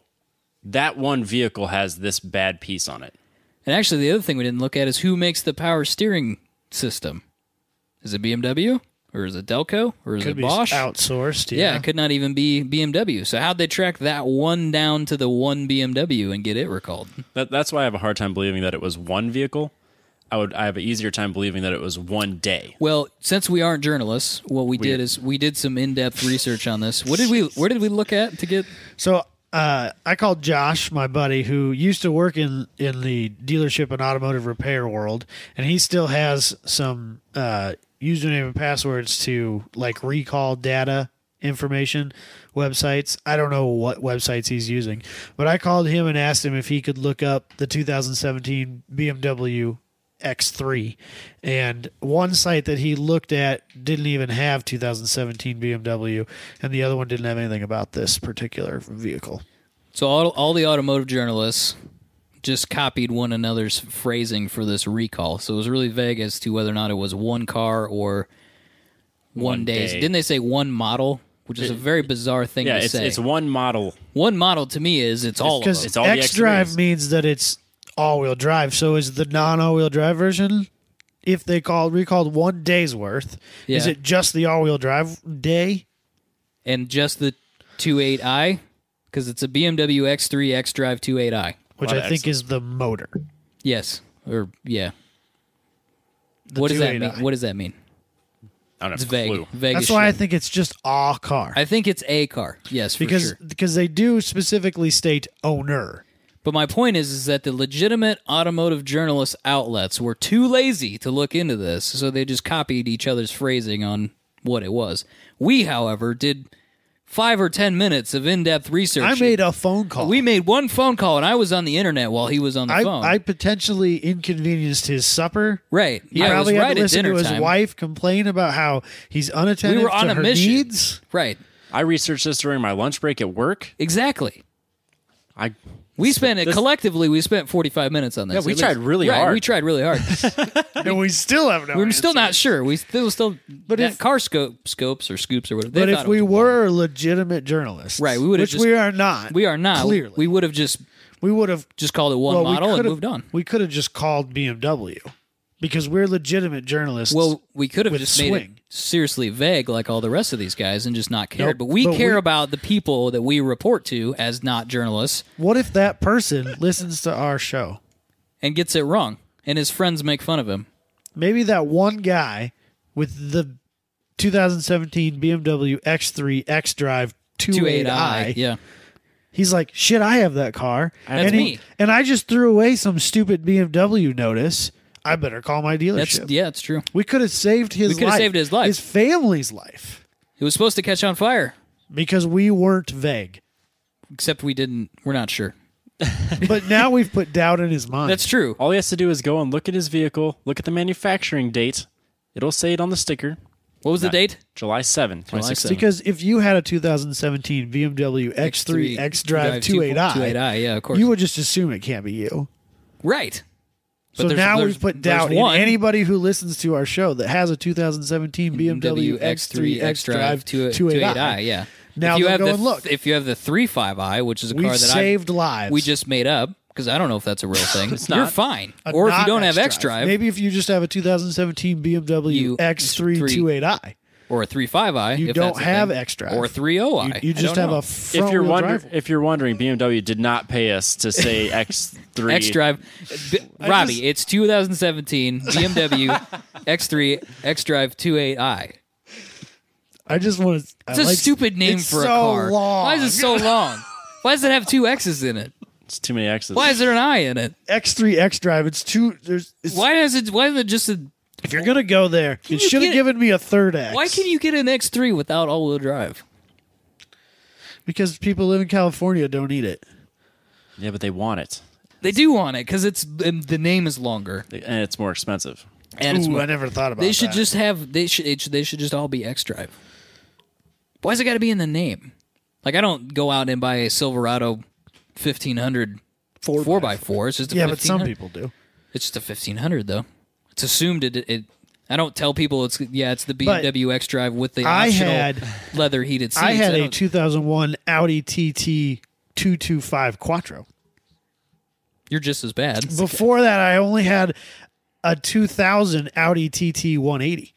That one vehicle has this bad piece on it. And actually, the other thing we didn't look at is who makes the power steering system. Is it BMW or is it Delco or is could it be Bosch? outsourced? Yeah, Yeah. it could not even be BMW. So how'd they track that one down to the one BMW and get it recalled? That, that's why I have a hard time believing that it was one vehicle. I would I have an easier time believing that it was one day. Well, since we aren't journalists, what we did is we did some in-depth research on this. What did we? Where did we look at to get? So uh, I called Josh, my buddy, who used to work in in the dealership and automotive repair world, and he still has some uh, username and passwords to like recall data information websites. I don't know what websites he's using, but I called him and asked him if he could look up the 2017 BMW X3. And one site that he looked at didn't even have 2017 BMW, and the other one didn't have anything about this particular vehicle. So all, all the automotive journalists just copied one another's phrasing for this recall. So it was really vague as to whether or not it was one car or one, One day's. day. Didn't they say one model? Which is a very bizarre thing Yeah, to it's say. it's one model. one model to me is it's all of Because them. It's all the X Drive X3s. means that it's all wheel drive. So is the non all wheel drive version, if they called recalled one day's worth, is Yeah. it just the all wheel drive day? and just the 28i because it's a BMW X3 X Drive 28i. Which Wow, I think is the motor. Yes, or yeah. what does that mean? 28i. What does that mean? I don't have It's a vague. clue. Vague. That's as why I shit. think it's just all car. I think it's a car. Yes, for because sure. because they do specifically state owner. But my point is, is that the legitimate automotive journalist outlets were too lazy to look into this, so they just copied each other's phrasing on what it was. We, however, did five or ten minutes of in-depth research. I made a phone call. we made one phone call, and I was on the internet while he was on the I, phone. I potentially inconvenienced his supper. right? He Yeah, I was probably had right to at listen dinner to his time. wife complain about how he's unattentive We were on to a her mission. needs. Right. I researched this during my lunch break at work. Exactly. I We spent it this- collectively. We spent forty-five minutes on this. Yeah, we At tried really right, hard. We tried really hard. And we still have no. We're still not sure. We still still. But if- car scope scopes or scoops or whatever. they But thought if it we was a were legitimate journalists, Right, we would've which just- we are not. We are not. Clearly. We would have just We would have just called it one well, model we and could've- moved on. We could have just called BMW because we're legitimate journalists. Well, we could have with just made it swing. seriously vague like all the rest of these guys and just not Nope, cared. but we but care we- about the people that we report to as not journalists what if that person listens to our show? and gets it wrong and his friends make fun of him. maybe that one guy with the 2017 BMW X3 X Drive 28i, 28i. Yeah. he's like, shit, I have that car. That's and me. And I just threw away some stupid BMW notice. I better call my dealership. That's yeah, it's true. we could have saved his We could have life. saved his life. His family's life. It was supposed to catch on fire, Because we weren't vague. except we didn't. We're not sure. But now we've put doubt in his mind. That's true. all he has to do is go and look at his vehicle, look at the manufacturing date. It'll say it on the sticker, What was the date? July 7, July 2016. because if you had a 2017 BMW X3 X Drive 28i, 28i. Yeah, of course. you would just assume it can't be you. right. But So there's- now there's- we've put there's doubt in one. anybody who listens to our show that has a 2017 BMW X3 X Drive 28i. 28i. Yeah. Now if you they'll have go the, and look. If you have the 35i, which is a car We've that saved I lives. we just made up because I don't know if that's a real thing. It's not. You're fine. A or if you not don't have X Drive Maybe if you just have a 2017 BMW You- X3 three- 28i. or a 35i, You if don't that's a have thing, X Drive. or a 30i. You I just don't have know. a if front you're wheel wonder- drive. if you're wondering, BMW did not pay us to say X Three. X Drive. B- Robbie, it's 2017 BMW X3 X Drive 28i. I just want to. It's a stupid name it's for a so car. Long. Why is it so long? Why does it have two X's in it? It's too many X's. Why is there an I in it? X3 X Drive? It's two. There's. It's, Why does it? Why is it just a? If you're gonna go there, you you should get- have given me a third X. Why can you get an X3 without all-wheel drive? Because people live in California don't eat it. Yeah, but they want it, They do want it because it's and the name is longer They- and it's more expensive. and it's. Ooh, more- I never thought about. they should that. just have they should it should they should just all be X drive. Why has it got to be in the name? Like I don't go out and buy a Silverado 1500 Four 4 by by 4 It's just a Yeah, but some 1500 people do. It's just a 1500 though. It's assumed it, it I don't tell people it's yeah, it's the BMW X drive with the I optional had- leather heated seats. I had a don't- 2001 Audi TT 225 Quattro. You're just as bad. Before that, I only had a 2000 Audi TT 180.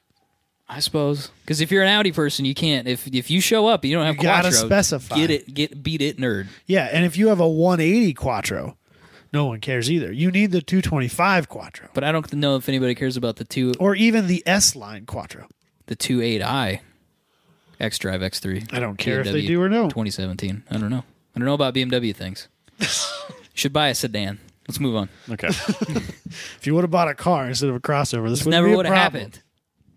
I suppose cuz if you're an Audi person, you can't if if you show up, and you don't have You gotta Quattro, specify. Get it get beat it nerd. Yeah, and if you have a 180 Quattro, no one cares either. You need the 225 Quattro But I don't know if anybody cares about the two or even the S line Quattro. the 28i X Drive X3. I don't care if they do or no. 2017. I don't know. I don't know about BMW things. Should buy a sedan. Let's move on. Okay. If you would have bought a car instead of a crossover, this would Never would would have happened.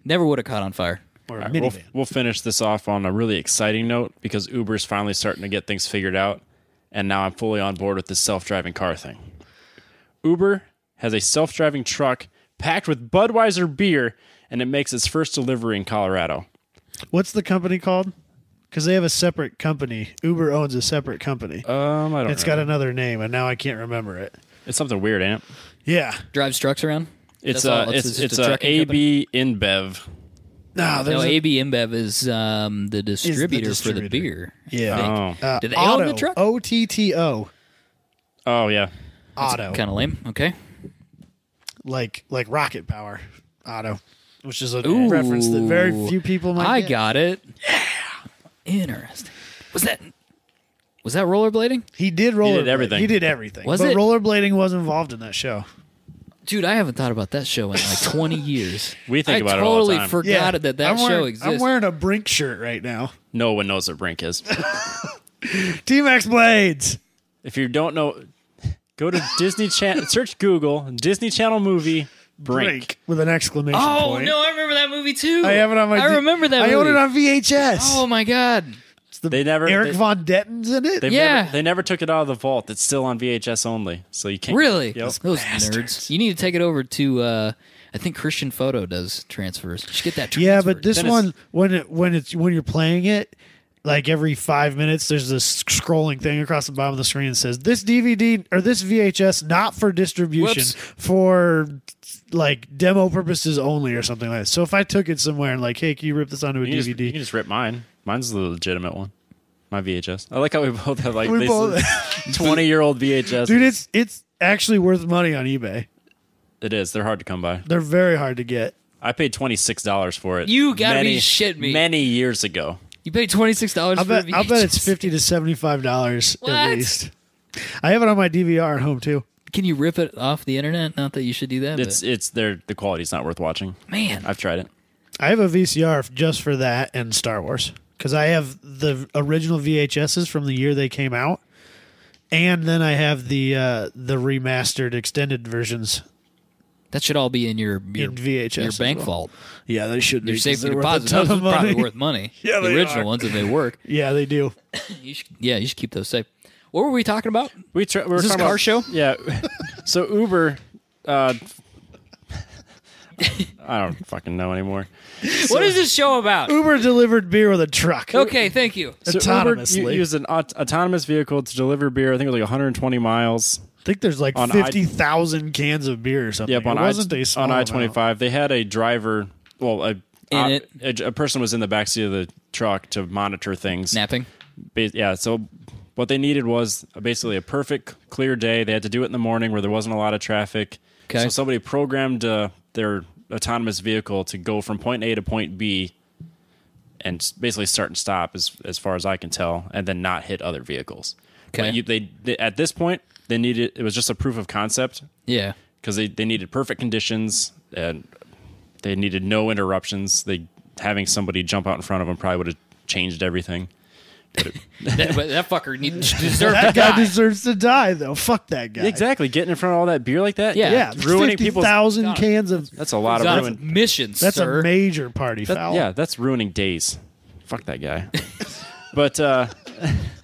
Never would have caught on fire. Or a All right, we'll, minivan. we'll finish this off on a really exciting note because Uber's finally starting to get things figured out, and now I'm fully on board with this self-driving car thing. Uber has a self-driving truck packed with Budweiser beer, and it makes its first delivery in Colorado. What's the company called? Because they have a separate company. Uber owns a separate company. Um, I don't. it's got another name, and now I can't remember it. it's something weird, ain't it? Yeah. Drives trucks around. It's That's all. a It's it's just it's uh, a a trucking AB InBev. No, there's No, a- AB InBev is um, the distributor for the distributor. beer. yeah. Oh, Uh, Do they own Auto, the truck? O T T O. oh yeah. Auto. Kind of lame. Okay. like like rocket power. Auto. Which is a Ooh. reference that very few people might I get. got it. Yeah. Interesting. Was that was that rollerblading? He did roller. everything. He did everything. Was but it? rollerblading was involved in that show. Dude, I haven't thought about that show in like 20 years. We think I about it all the totally time. forgot it that that I'm wearing, show exists. I'm wearing a Brink shirt right now. No one knows what Brink is. T Max Blades. If you don't know, go to Disney Channel. Search Google Disney Channel movie Brink. with an exclamation oh point. no, I remember that movie too. I have it on my. I D- remember that. I movie. own it on VHS. Oh my god. They never Eric they, Von Detten's in it. they've Yeah. never, they never took it out of the vault. It's still on VHS only, so you can't Really? Yep. Those nerds. You need to take it over to uh I think Christian Photo does transfers. You should get that transferred. Yeah, but this Then it's- one when it when it's when you're playing it, like every five minutes, there's this scrolling thing across the bottom of the screen that says this DVD or this VHS not for distribution Whoops. for like demo purposes only or something like that. So if I took it somewhere and like, hey, can you rip this onto a You can, just, you DVD? can just rip mine. Mine's the legitimate one. My VHS. I like how we both have like We this both- twenty-year-old VHS. Dude, it's it's actually worth money on eBay. it is. They're hard to come by. They're very hard to get. I paid twenty-six dollars for it. You gotta be shitting me. Many years ago. You pay twenty six dollars I for bet the I bet it's VHS. fifty to seventy five dollars What? at least. I have it on my DVR at home too. Can you rip it off the internet? Not that you should do that. It's it's their the quality's not worth watching. but man. I've tried it. I have a VCR f- just for that and Star Wars because I have the original VHSs from the year they came out, and then I have the uh, the remastered extended versions. that should all be in your your, In VHS your as bank well. vault. Yeah, they should. Your be safety deposit. Those are probably worth money. Yeah, the they original are. ones if they work. Yeah, they do. You should, yeah, you should keep those safe. What were we talking about? We, tra- we were Is this talking a car about- show? Yeah. so Uber, uh, I don't fucking know anymore. what is this show about? Uber delivered beer with a truck. Okay, thank you. So Uber Autonomously. u- used an aut- autonomous vehicle to deliver beer. I think it was like 120 miles. I think there's like On I- fifty thousand cans of beer or something. Yep, on it wasn't I a small on I amount. 25. They had a driver. Well, a, a, it. a person was in the backseat of the truck to monitor things. Napping. Ba- yeah. So what they needed was basically a perfect clear day. They had to do it in the morning where there wasn't a lot of traffic. 'Kay. So somebody programmed uh, their autonomous vehicle to go from point A to point B and s- basically start and stop as as far as I can tell and then not hit other vehicles. Okay. But you, they, they at this point they needed it was just a proof of concept yeah. because they, they needed perfect conditions and they needed no interruptions. They having somebody jump out in front of them probably would have changed everything. That, but that fucker need, deserved to That guy die. deserves to die, though. Fuck that guy. Exactly, getting in front of all that beer like that. Yeah. Yeah, ruining people's. thousand cans of. That's a lot He's of on ruin. missions, That's sir. a major party That- foul. yeah, that's ruining days. Fuck that guy. but uh,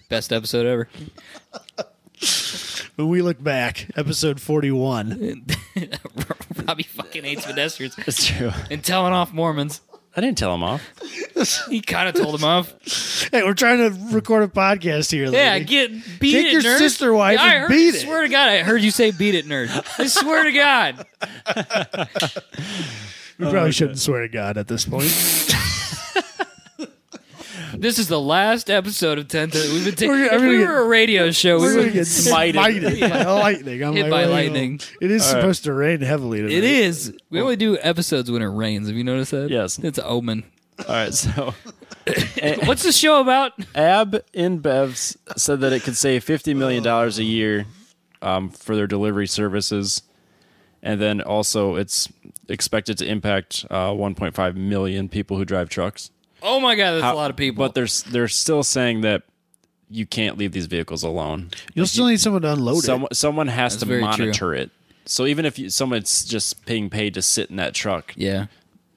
Best episode ever. When we look back, episode forty-one. Robbie fucking hates pedestrians it's true. and telling off Mormons. I didn't tell him off. He kind of told him off. Hey, we're trying to record a podcast here. Lady. Yeah, get beat Take it, your nerd. sister wife I and heard, beat it. Swear to God, I heard you say beat it, nerd. I swear to God. we Oh, probably shouldn't swear to God at this point. This is the last episode of 10 to. We've been ta- We're- I'm if gonna we get- were a radio show, we We're gonna would. get smited. smited by lightning. I'm Hit like, by well, lightning. It is All right. supposed to rain heavily today. It is. We only do episodes when it rains. Have you noticed that? Yes. It's an omen. All right, so What's the show about? Ab InBevs said that it could save fifty million dollars a year um, for their delivery services, and then also it's expected to impact uh, one point five million people who drive trucks. Oh my God, that's a lot of people. but they're s- they're still saying that you can't leave these vehicles alone. You'll still need someone to unload it. Someone someone has to very monitor it. So even if you, someone's just being paid to sit in that truck, yeah.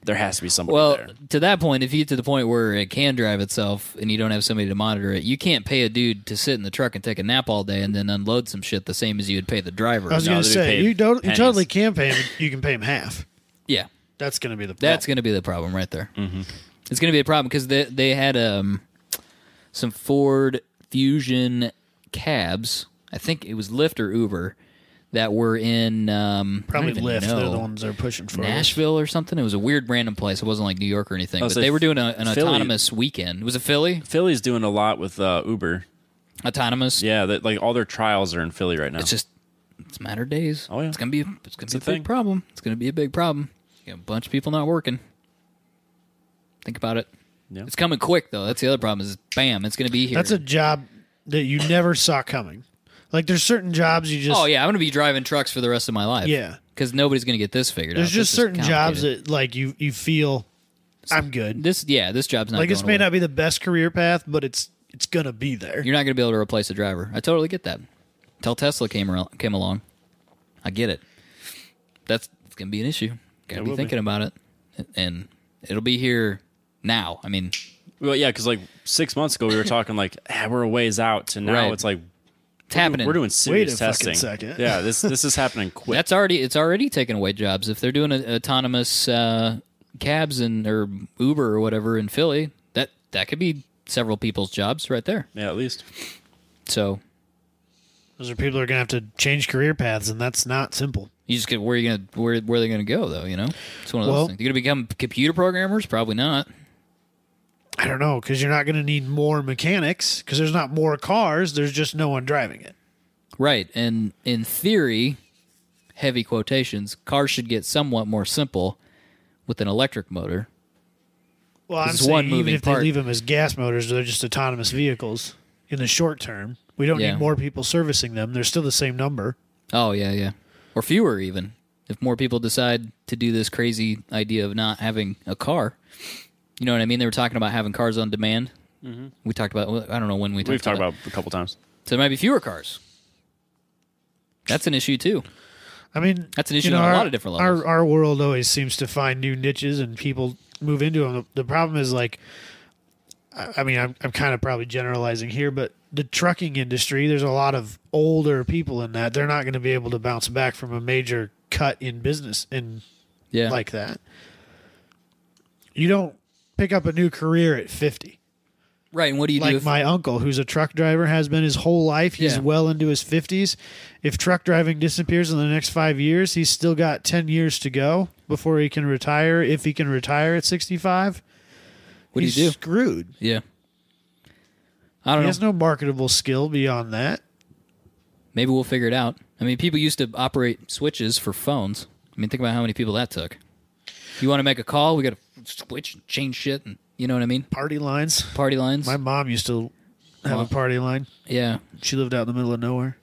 there has to be somebody Well, there. to that point, if you get to the point where it can drive itself and you don't have somebody to monitor it, you can't pay a dude to sit in the truck and take a nap all day and then unload some shit the same as you would pay the driver. I was going No, to they'd say be paid you don't. pennies. You totally can pay him. You can pay him half. yeah, That's going to be the. Problem. that's going to be the problem right there. Mm-hmm. It's going to be a problem because they they had um some Ford Fusion cabs. I think it was Lyft or Uber that were in um, I probably don't even Lyft. They're know. the ones that are pushing for. it. Nashville or something. It was a weird random place. It wasn't like New York or anything. I But was they like, were doing a, an Oh, Philly. autonomous weekend. Was it Philly? Philly's doing a lot with uh, Uber. Autonomous. Yeah, that, like all their trials are in Philly right now. It's just it's a matter of days. Oh, yeah. It's gonna be it's gonna be a a big thing. problem. It's gonna be a big problem. You got a bunch of people not working. Think about it. Yeah. It's coming quick though. That's the other problem. Is bam, it's gonna be here. That's a job that you never saw coming. Like there's certain jobs you just. oh yeah. I'm gonna be driving trucks for the rest of my life. Yeah. because nobody's gonna get this figured There's out. just This is certain jobs complicated. that like you you feel. I'm good. this yeah this job's not Like this going may away. not be the best career path, but it's it's gonna be there. You're not gonna be able to replace a driver. I totally get that. Till Tesla came ar- came along, I get it. That's it's gonna be an issue. Gotta It be will be. thinking about it, and it'll be here now. I mean, Well, yeah, because like six months ago we were talking like ah, we're a ways out, to now Right. it's like it's happening. we're doing serious a fucking testing. second. Yeah, this this is happening quick. That's already it's already taken away jobs. If they're doing a, autonomous uh, cabs and or Uber or whatever in Philly, that that could be several people's jobs right there. yeah, at least So Those are people who are gonna have to change career paths, and that's not simple. you just get where you gonna where where they gonna go though. You know, it's one of those Well- things. You gonna become computer programmers? Probably not. I don't know because you're not gonna need more mechanics because there's not more cars. There's just no one driving it. Right. And in theory, heavy quotations, cars should get somewhat more simple with an electric motor. Well, I'm It's saying one even moving if part. they leave them as gas motors, they're just autonomous vehicles in the short term. We don't Yeah. need more people servicing them. They're still the same number. Oh, yeah, yeah. Or fewer, even. If more people decide to do this crazy idea of not having a car, you know what I mean? They were talking about having cars on demand. We talked about, I don't know when we talked Mm-hmm. we've talked about about it a couple times. So there might be fewer cars. That's an issue, too. I mean, That's an issue on a lot of different levels. Our our world always seems to find new niches and people move into them. The, the problem is like, I, I mean, I'm I'm kind of probably generalizing here, but the trucking industry, there's a lot of older people in that. They're not going to be able to bounce back from a major cut in business in Yeah. like that. You don't pick up a new career at 50. right. And what do you do Like if my uncle, who's a truck driver, has been his whole life. He's Yeah. well into his 50s. If truck driving disappears in the next five years, he's still got 10 years to go before he can retire. If he can retire at 65, what do he's you do? screwed. Yeah. I don't He know. has no marketable skill beyond that. Maybe we'll figure it out. I mean, people used to operate switches for phones. I mean, think about how many people that took. You want to make a call, we got to switch and change shit, and you know what I mean? Party lines. Party lines. My mom used to have a party line. Yeah. She lived out in the middle of nowhere.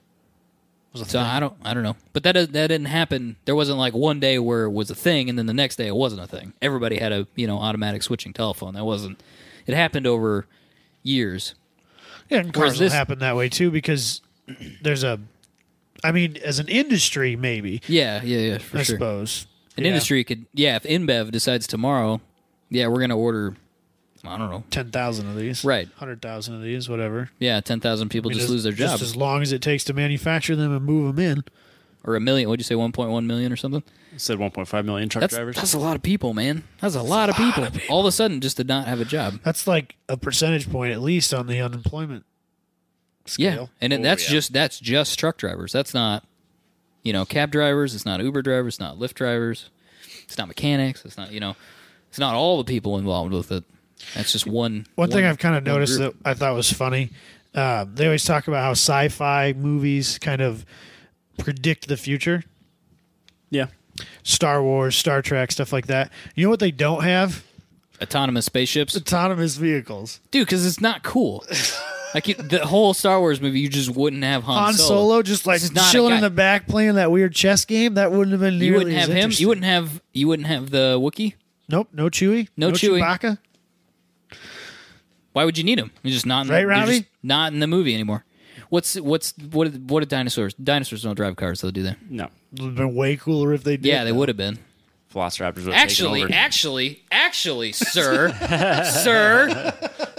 So I don't I don't know. But that that didn't happen. There wasn't like one day where it was a thing and then the next day it wasn't a thing. Everybody had a, you know, automatic switching telephone. That wasn't it happened over years. Yeah, and Whereas cars this- will happen that way too because there's a, I mean, as an industry maybe Yeah, yeah, yeah, for I sure. suppose An Yeah. industry could yeah, if InBev decides tomorrow, yeah, we're going to order I don't know. ten thousand of these, Right. Hundred thousand of these, whatever. Yeah, 10,000 people I mean, just lose their jobs. Just as long as it takes to manufacture them and move them in. or a million, what'd you say 1.1 million or something? Said 1.5 million truck That's drivers. that's a lot of people, man. That's a lot of people. All of a sudden just did not have a job. That's like a percentage point at least on the unemployment Yeah, scale. and it- that's just that's just truck drivers. That's not, you know, cab drivers. It's not Uber drivers. It's not Lyft drivers. It's not mechanics. It's not you know, it's not all the people involved with it. That's just one. One thing I've kind of one noticed group. that I thought was funny, uh, they always talk about how sci-fi movies kind of predict the future. yeah. Star Wars, Star Trek, stuff like that. You know what they don't have? autonomous spaceships, Autonomous vehicles. dude, because it's not cool. like you, the whole Star Wars movie, you just wouldn't have Han, Han Solo just like It's not a chilling in guy- the back playing that weird chess game. That wouldn't have been nearly You wouldn't as have him. interesting. You wouldn't have. You wouldn't have the Wookiee. Nope. No Chewie. No Chewie. Chewbacca. Why would you need him? He's just not in Right, the, Robbie? they're just Not in the movie anymore. What's what's what? are- What are dinosaurs? Dinosaurs don't drive cars, though, do they? No. Would have been way cooler if they did. Yeah, they would have been. Velociraptors would have Actually, taken over. actually, actually, sir, sir,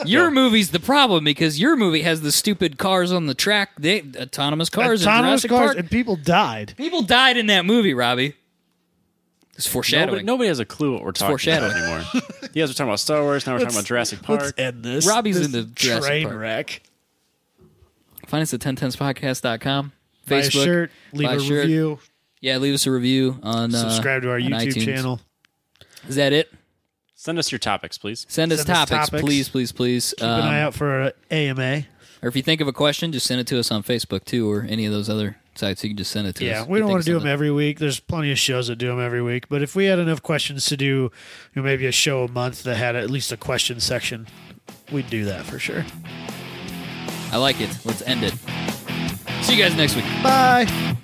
your movie's the problem because your movie has the stupid cars on the track, they, autonomous cars. in Autonomous Jurassic cars Park. and people died. People died in that movie, Robbie. It's foreshadowing. Nobody, nobody has a clue what we're talking about foreshadowing. e- anymore. you guys were talking about Star Wars. Now we're talking about Jurassic Let's Park. end this. Robbie's this into Jurassic train Park. wreck. Find us at 1010spodcast.com. Facebook. Buy a shirt. Leave Buy a shirt. review. Yeah, leave us a review on uh, subscribe to our on YouTube iTunes. channel. Is that it? Send us your topics, please. Send, us, Send us topics, topics. please, please, please. Keep an Um, eye out for our AMA. Or if you think of a question, just send it to us on Facebook too, or any of those other sites. You can just send it to us. Yeah, If we you don't think want of to do them something. every week. There's plenty of shows that do them every week. But if we had enough questions to do, you know, maybe a show a month that had at least a question section, we'd do that for sure. I like it. Let's end it. See you guys next week. Bye.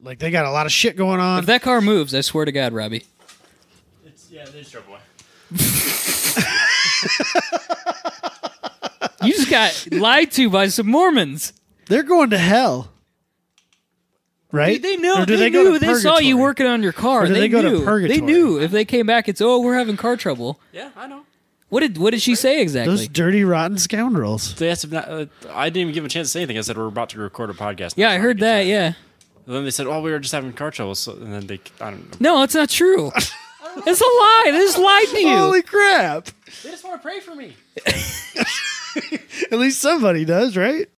Like they got a lot of shit going on. If that car moves, I swear to God, Robbie. It's, yeah, there's trouble. You just got lied to by some Mormons. They're going to hell. Right? Dude, they know. Or do They, go to knew. They saw purgatory? you working on your car. do They, they go to knew. purgatory? They knew. If they came back, it's oh, we're having car trouble. Yeah, I know. What did What did she say exactly? Those dirty, rotten scoundrels. They asked if not, uh, I didn't even give them a chance to say anything. I said we're about to record a podcast. yeah, I heard that. Yeah. And then they said, "Oh, we were just having car trouble." So, and then they, I don't know. No, it's not true. it's a lie. They just lied to you. Holy crap. They just want to pray for me. At least somebody does, right?